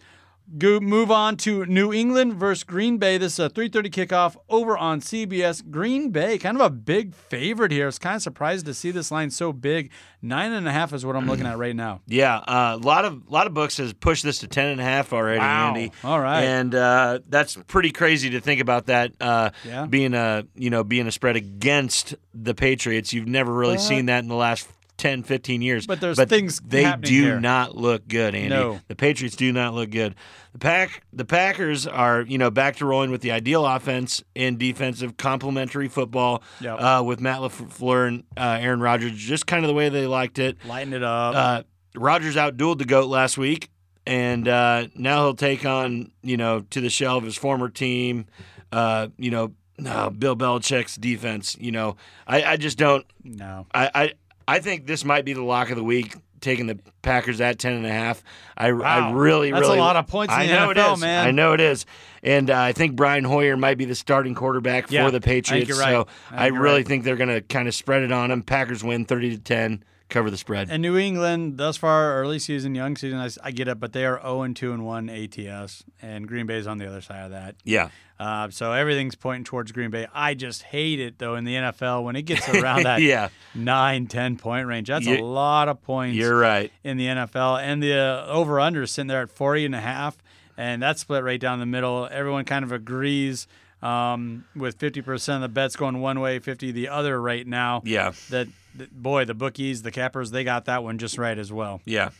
Speaker 4: Go, move on to New England versus Green Bay. This is a 3:30 kickoff over on CBS. Green Bay, kind of a big favorite here. I was kind of surprised to see this line so big. Nine and a half is what I'm looking at right now.
Speaker 5: Yeah, uh, a lot of lot of books has pushed this to ten and a half already,
Speaker 4: Wow.
Speaker 5: Andy.
Speaker 4: All right.
Speaker 5: and uh, that's pretty crazy to think about that uh,
Speaker 4: Yeah.
Speaker 5: being a you know being a spread against the Patriots. You've never really seen that in the last 10, 15 years.
Speaker 4: But there's things
Speaker 5: they
Speaker 4: happening
Speaker 5: do
Speaker 4: here.
Speaker 5: not look good, Andy.
Speaker 4: No.
Speaker 5: The Patriots do not look good. The pack the Packers are you know back to rolling with the ideal offense and defensive complementary football
Speaker 4: Yep.
Speaker 5: uh, with Matt Lafleur and uh, Aaron Rodgers, just kind of the way they liked it.
Speaker 4: Lighten it up.
Speaker 5: Uh, Rogers outdueled the goat last week, and uh, now he'll take on you know to the shell of his former team. Uh, you know, uh, Bill Belichick's defense. You know, I, I just don't.
Speaker 4: no.
Speaker 5: I, I I think this might be the lock of the week. Taking the Packers at ten and a half, I, I
Speaker 4: Wow.
Speaker 5: really
Speaker 4: That's a
Speaker 5: really
Speaker 4: lot of points in
Speaker 5: I
Speaker 4: the
Speaker 5: know it
Speaker 4: NFL,
Speaker 5: is.
Speaker 4: man.
Speaker 5: I know it is, and uh, I think Brian Hoyer might be the starting quarterback
Speaker 4: Yeah,
Speaker 5: for the
Speaker 4: I think
Speaker 5: Patriots.
Speaker 4: you're right.
Speaker 5: So
Speaker 4: I think
Speaker 5: I,
Speaker 4: you're
Speaker 5: really
Speaker 4: right.
Speaker 5: think they're going to kind of spread it on them. Packers win thirty to ten, cover the spread.
Speaker 4: And New England, thus far, early season, young season, I, s- I get it, but they are 0 and 2 and 1 ATS, and Green Bay's on the other side of that.
Speaker 5: yeah.
Speaker 4: Uh, so everything's pointing towards Green Bay. I just hate it, though, in the NFL when it gets
Speaker 5: (laughs)
Speaker 4: around that
Speaker 5: Yeah.
Speaker 4: nine, 10 point range. That's a
Speaker 5: You-
Speaker 4: lot of points.
Speaker 5: You're right.
Speaker 4: in the NFL. And the uh, over under is sitting there at 40 and a half. And that's split right down the middle. Everyone kind of agrees um, with 50% of the bets going one way, 50 the other right now.
Speaker 5: Yeah.
Speaker 4: That, that- boy, the bookies, the cappers, they got that one just right as well.
Speaker 5: Yeah.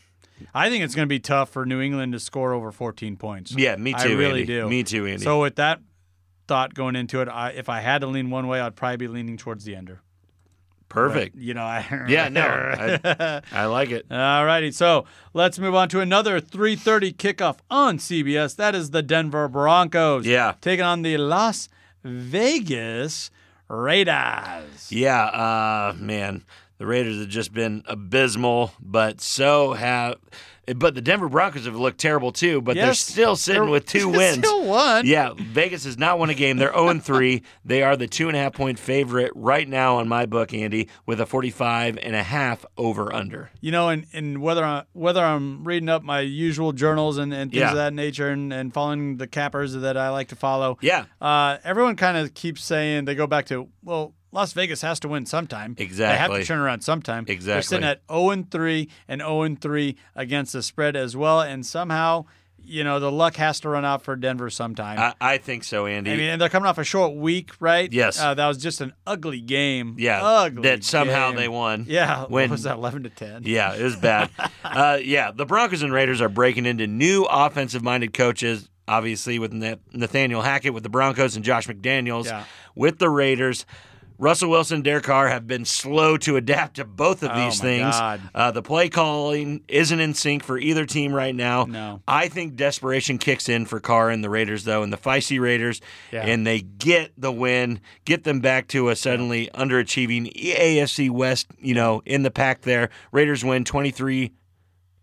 Speaker 4: I think it's going to be tough for New England to score over 14 points.
Speaker 5: Yeah, me
Speaker 4: I
Speaker 5: too,
Speaker 4: really
Speaker 5: Andy.
Speaker 4: do.
Speaker 5: Me too, Andy.
Speaker 4: So with that thought going into it, I, if I had to lean one way, I'd probably be leaning towards the under.
Speaker 5: Perfect.
Speaker 4: You know, I
Speaker 5: (laughs)
Speaker 4: (laughs)
Speaker 5: Yeah, no. I, I like it.
Speaker 4: All righty, so let's move on to another 3:30 kickoff on CBS. That is the Denver Broncos.
Speaker 5: Yeah.
Speaker 4: taking on the Las Vegas Raiders.
Speaker 5: Yeah, uh, man. The Raiders have just been abysmal, but so have but the Denver Broncos have looked terrible too, but they're
Speaker 4: Yes,
Speaker 5: still sitting
Speaker 4: they're- (laughs)
Speaker 5: with two
Speaker 4: they
Speaker 5: wins.
Speaker 4: still won.
Speaker 5: Yeah, Vegas has not won a game. They're 0 3. They are the two and a half point favorite right now on my book, Andy, with a 45 and a half over under.
Speaker 4: You know, and, and whether I, whether I'm reading up my usual journals and, and things
Speaker 5: Yeah.
Speaker 4: of that nature, and, and following the cappers that I like to follow.
Speaker 5: Yeah.
Speaker 4: uh, everyone kind of keeps saying they go back to well. Las Vegas has to win sometime. They have
Speaker 5: Exactly.
Speaker 4: to turn around sometime. They're sitting
Speaker 5: Exactly.
Speaker 4: at 0 and 3 and 0 and 3 against the spread as well. And somehow, you know, the luck has to run out for Denver sometime.
Speaker 5: I, I think so, Andy.
Speaker 4: I mean, and they're coming off a short week, right?
Speaker 5: Yes.
Speaker 4: Uh, that was just an ugly game.
Speaker 5: yeah.
Speaker 4: Ugly.
Speaker 5: that somehow
Speaker 4: game.
Speaker 5: they won.
Speaker 4: Yeah.
Speaker 5: When-
Speaker 4: When was that 11 to 10?
Speaker 5: Yeah, it was bad. uh, yeah, the Broncos and Raiders are breaking into new offensive-minded coaches. Obviously, with Na- Nathaniel Hackett with the Broncos and Josh McDaniels
Speaker 4: Yeah.
Speaker 5: with the Raiders. Russell Wilson and Derek Carr have been slow to adapt to both of
Speaker 4: Oh,
Speaker 5: these
Speaker 4: my
Speaker 5: things.
Speaker 4: God.
Speaker 5: Uh, the play calling isn't in sync for either team right now.
Speaker 4: No.
Speaker 5: I think desperation kicks in for Carr and the Raiders, though, and the feisty Raiders,
Speaker 4: Yeah.
Speaker 5: and they get the win, get them back to a suddenly underachieving AFC West, you know, in the pack there. Raiders win 23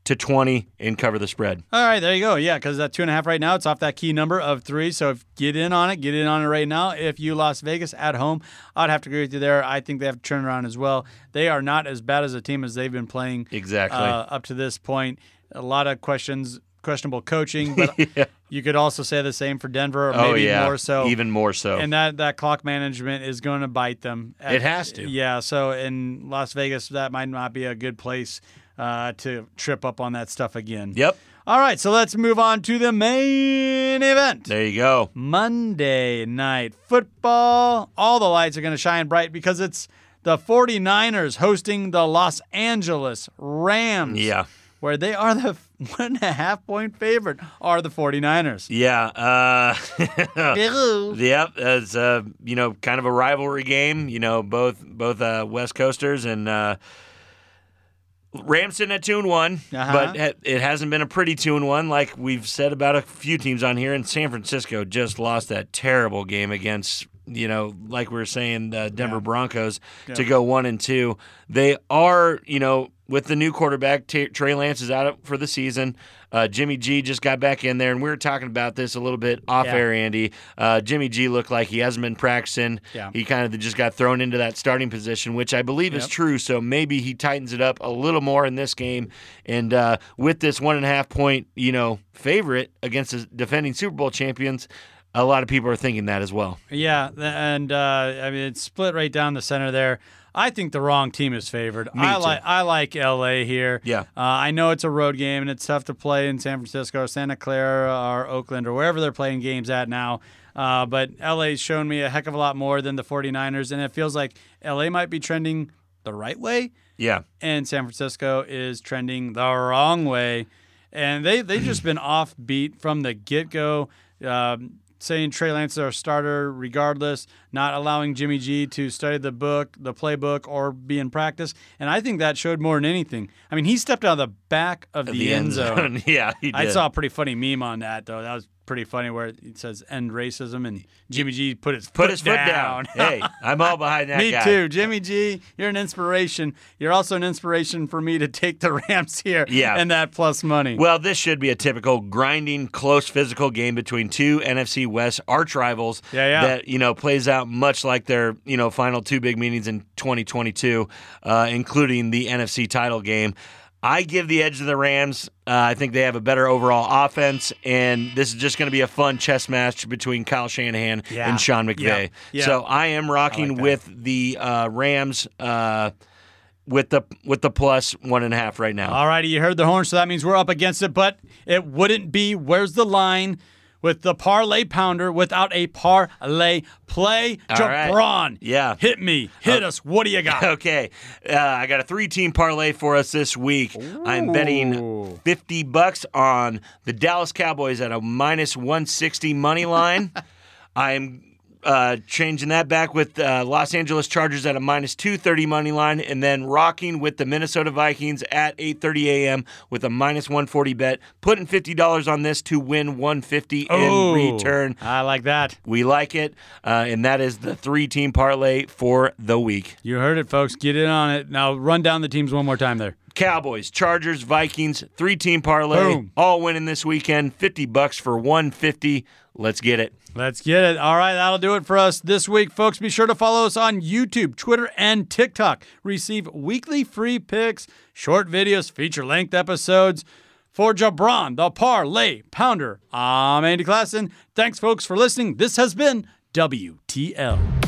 Speaker 5: to 20 and cover the spread.
Speaker 4: All right, there you go. Yeah, because that two and a half right now, it's off that key number of three. So if get in on it, get in on it right now. If you Las Vegas at home, I'd have to agree with you there. I think they have to turn around as well. They are not as bad as a team as they've been playing
Speaker 5: Exactly.
Speaker 4: uh, up to this point. A lot of questions, questionable
Speaker 5: (laughs)
Speaker 4: coaching, but you could also say the same for Denver, or
Speaker 5: oh,
Speaker 4: maybe
Speaker 5: yeah.
Speaker 4: more so.
Speaker 5: Even more so.
Speaker 4: and that, that clock management is going to bite them. Uh,
Speaker 5: It has to.
Speaker 4: Yeah. So in Las Vegas, that might not be a good place uh, to trip up on that stuff again.
Speaker 5: yep.
Speaker 4: All right, so let's move on to the main event.
Speaker 5: There you go.
Speaker 4: Monday night football. All the lights are going to shine bright because it's the 49ers hosting the Los Angeles Rams.
Speaker 5: Yeah.
Speaker 4: Where they are the (laughs) f- one and a half point favorite are the 49ers.
Speaker 5: Yeah. Uh, (laughs)
Speaker 2: Boo.
Speaker 5: Yep, it's uh, you know kind of a rivalry game. You know both both uh, West Coasters and uh, Ramson at two and one,
Speaker 4: Uh-huh.
Speaker 5: but ha- it hasn't been a pretty two and one like we've said about a few teams on here. And San Francisco just lost that terrible game against you know, like we were saying, the Denver
Speaker 4: Yeah.
Speaker 5: Broncos to
Speaker 4: Yeah.
Speaker 5: go one and two. They are, you know, with the new quarterback, T- Trey Lance is out for the season. Uh, Jimmy G just got back in there, and we were talking about this a little bit off
Speaker 4: Yeah.
Speaker 5: air, Andy. Uh, Jimmy G looked like he hasn't been practicing.
Speaker 4: Yeah.
Speaker 5: He kind of just got thrown into that starting position, which I believe is
Speaker 4: Yep.
Speaker 5: true. So maybe he tightens it up a little more in this game. And uh, with this one and a half point, you know, favorite against the defending Super Bowl champions, a lot of people are thinking that as well.
Speaker 4: Yeah, th- and uh, I mean it's split right down the center there. I think the wrong team is favored. I
Speaker 5: too.
Speaker 4: like I like LA here.
Speaker 5: Yeah.
Speaker 4: Uh, I know it's a road game and it's tough to play in San Francisco or Santa Clara or Oakland or wherever they're playing games at now. Uh, but LA's shown me a heck of a lot more than the 49ers and it feels like LA might be trending the right way
Speaker 5: Yeah.
Speaker 4: and San Francisco is trending the wrong way. And they they've just (clears throat) been offbeat from the get go, um, saying Trey Lance is our starter regardless, not allowing Jimmy G to study the book, the playbook, or be in practice. And I think that showed more than anything. I mean, he stepped out of the back of the, end zone. (laughs)
Speaker 5: (laughs) yeah, he did.
Speaker 4: I saw a pretty funny meme on that though. That was pretty funny where it says end racism and Jimmy G put his
Speaker 5: Put his foot down. hey, I'm
Speaker 4: (laughs)
Speaker 5: all behind that
Speaker 4: me
Speaker 5: guy.
Speaker 4: too, Jimmy G. You're an inspiration. You're also an inspiration for me to take the Rams here.
Speaker 5: Yeah.
Speaker 4: and that plus money.
Speaker 5: Well, this should be a typical grinding, close physical game between two NFC West arch rivals.
Speaker 4: Yeah, yeah.
Speaker 5: That you know plays out much like their you know final two big meetings in 2022, uh, including the NFC title game. I give the edge to the Rams. Uh, I think they have a better overall offense, and this is just going to be a fun chess match between Kyle Shanahan
Speaker 4: Yeah.
Speaker 5: and Sean McVay.
Speaker 4: Yeah. Yeah.
Speaker 5: So I am rocking
Speaker 4: that.
Speaker 5: with the uh, Rams uh, with the with the plus one and a half right now.
Speaker 4: All righty, you heard the horn, so that means we're up against it. But it wouldn't be where's the line with the parlay pounder without a parlay play.
Speaker 5: All right.
Speaker 4: Jabron,
Speaker 5: Yeah. Uh,
Speaker 4: hit me, hit us. What do you got?
Speaker 5: (laughs) Okay, uh, I got a three-team parlay for us this week. I'm betting
Speaker 4: Ooh.
Speaker 5: fifty bucks on the Dallas Cowboys at a minus one sixty money line. I'm uh, changing that back with uh, Los Angeles Chargers at a minus two thirty money line, and then rocking with the Minnesota Vikings at eight thirty a.m. with a minus one forty bet. Putting fifty dollars on this to win one fifty
Speaker 4: Ooh,
Speaker 5: in return.
Speaker 4: Oh. I like that.
Speaker 5: We like it, uh, and that is the three-team parlay for the week.
Speaker 4: You heard it, folks. Get in on it. Now run down the teams one more time there.
Speaker 5: Cowboys, Chargers, Vikings, three team parlay,
Speaker 4: Boom.
Speaker 5: all winning this weekend. Fifty bucks for one fifty. Let's get it.
Speaker 4: Let's get it. All right, that'll do it for us this week, folks. Be sure to follow us on YouTube, Twitter, and TikTok. Receive weekly free picks, short videos, feature length episodes. For Jabron, the Parlay Pounder, I'm Andy Klassen. Thanks, folks, for listening. This has been WTL.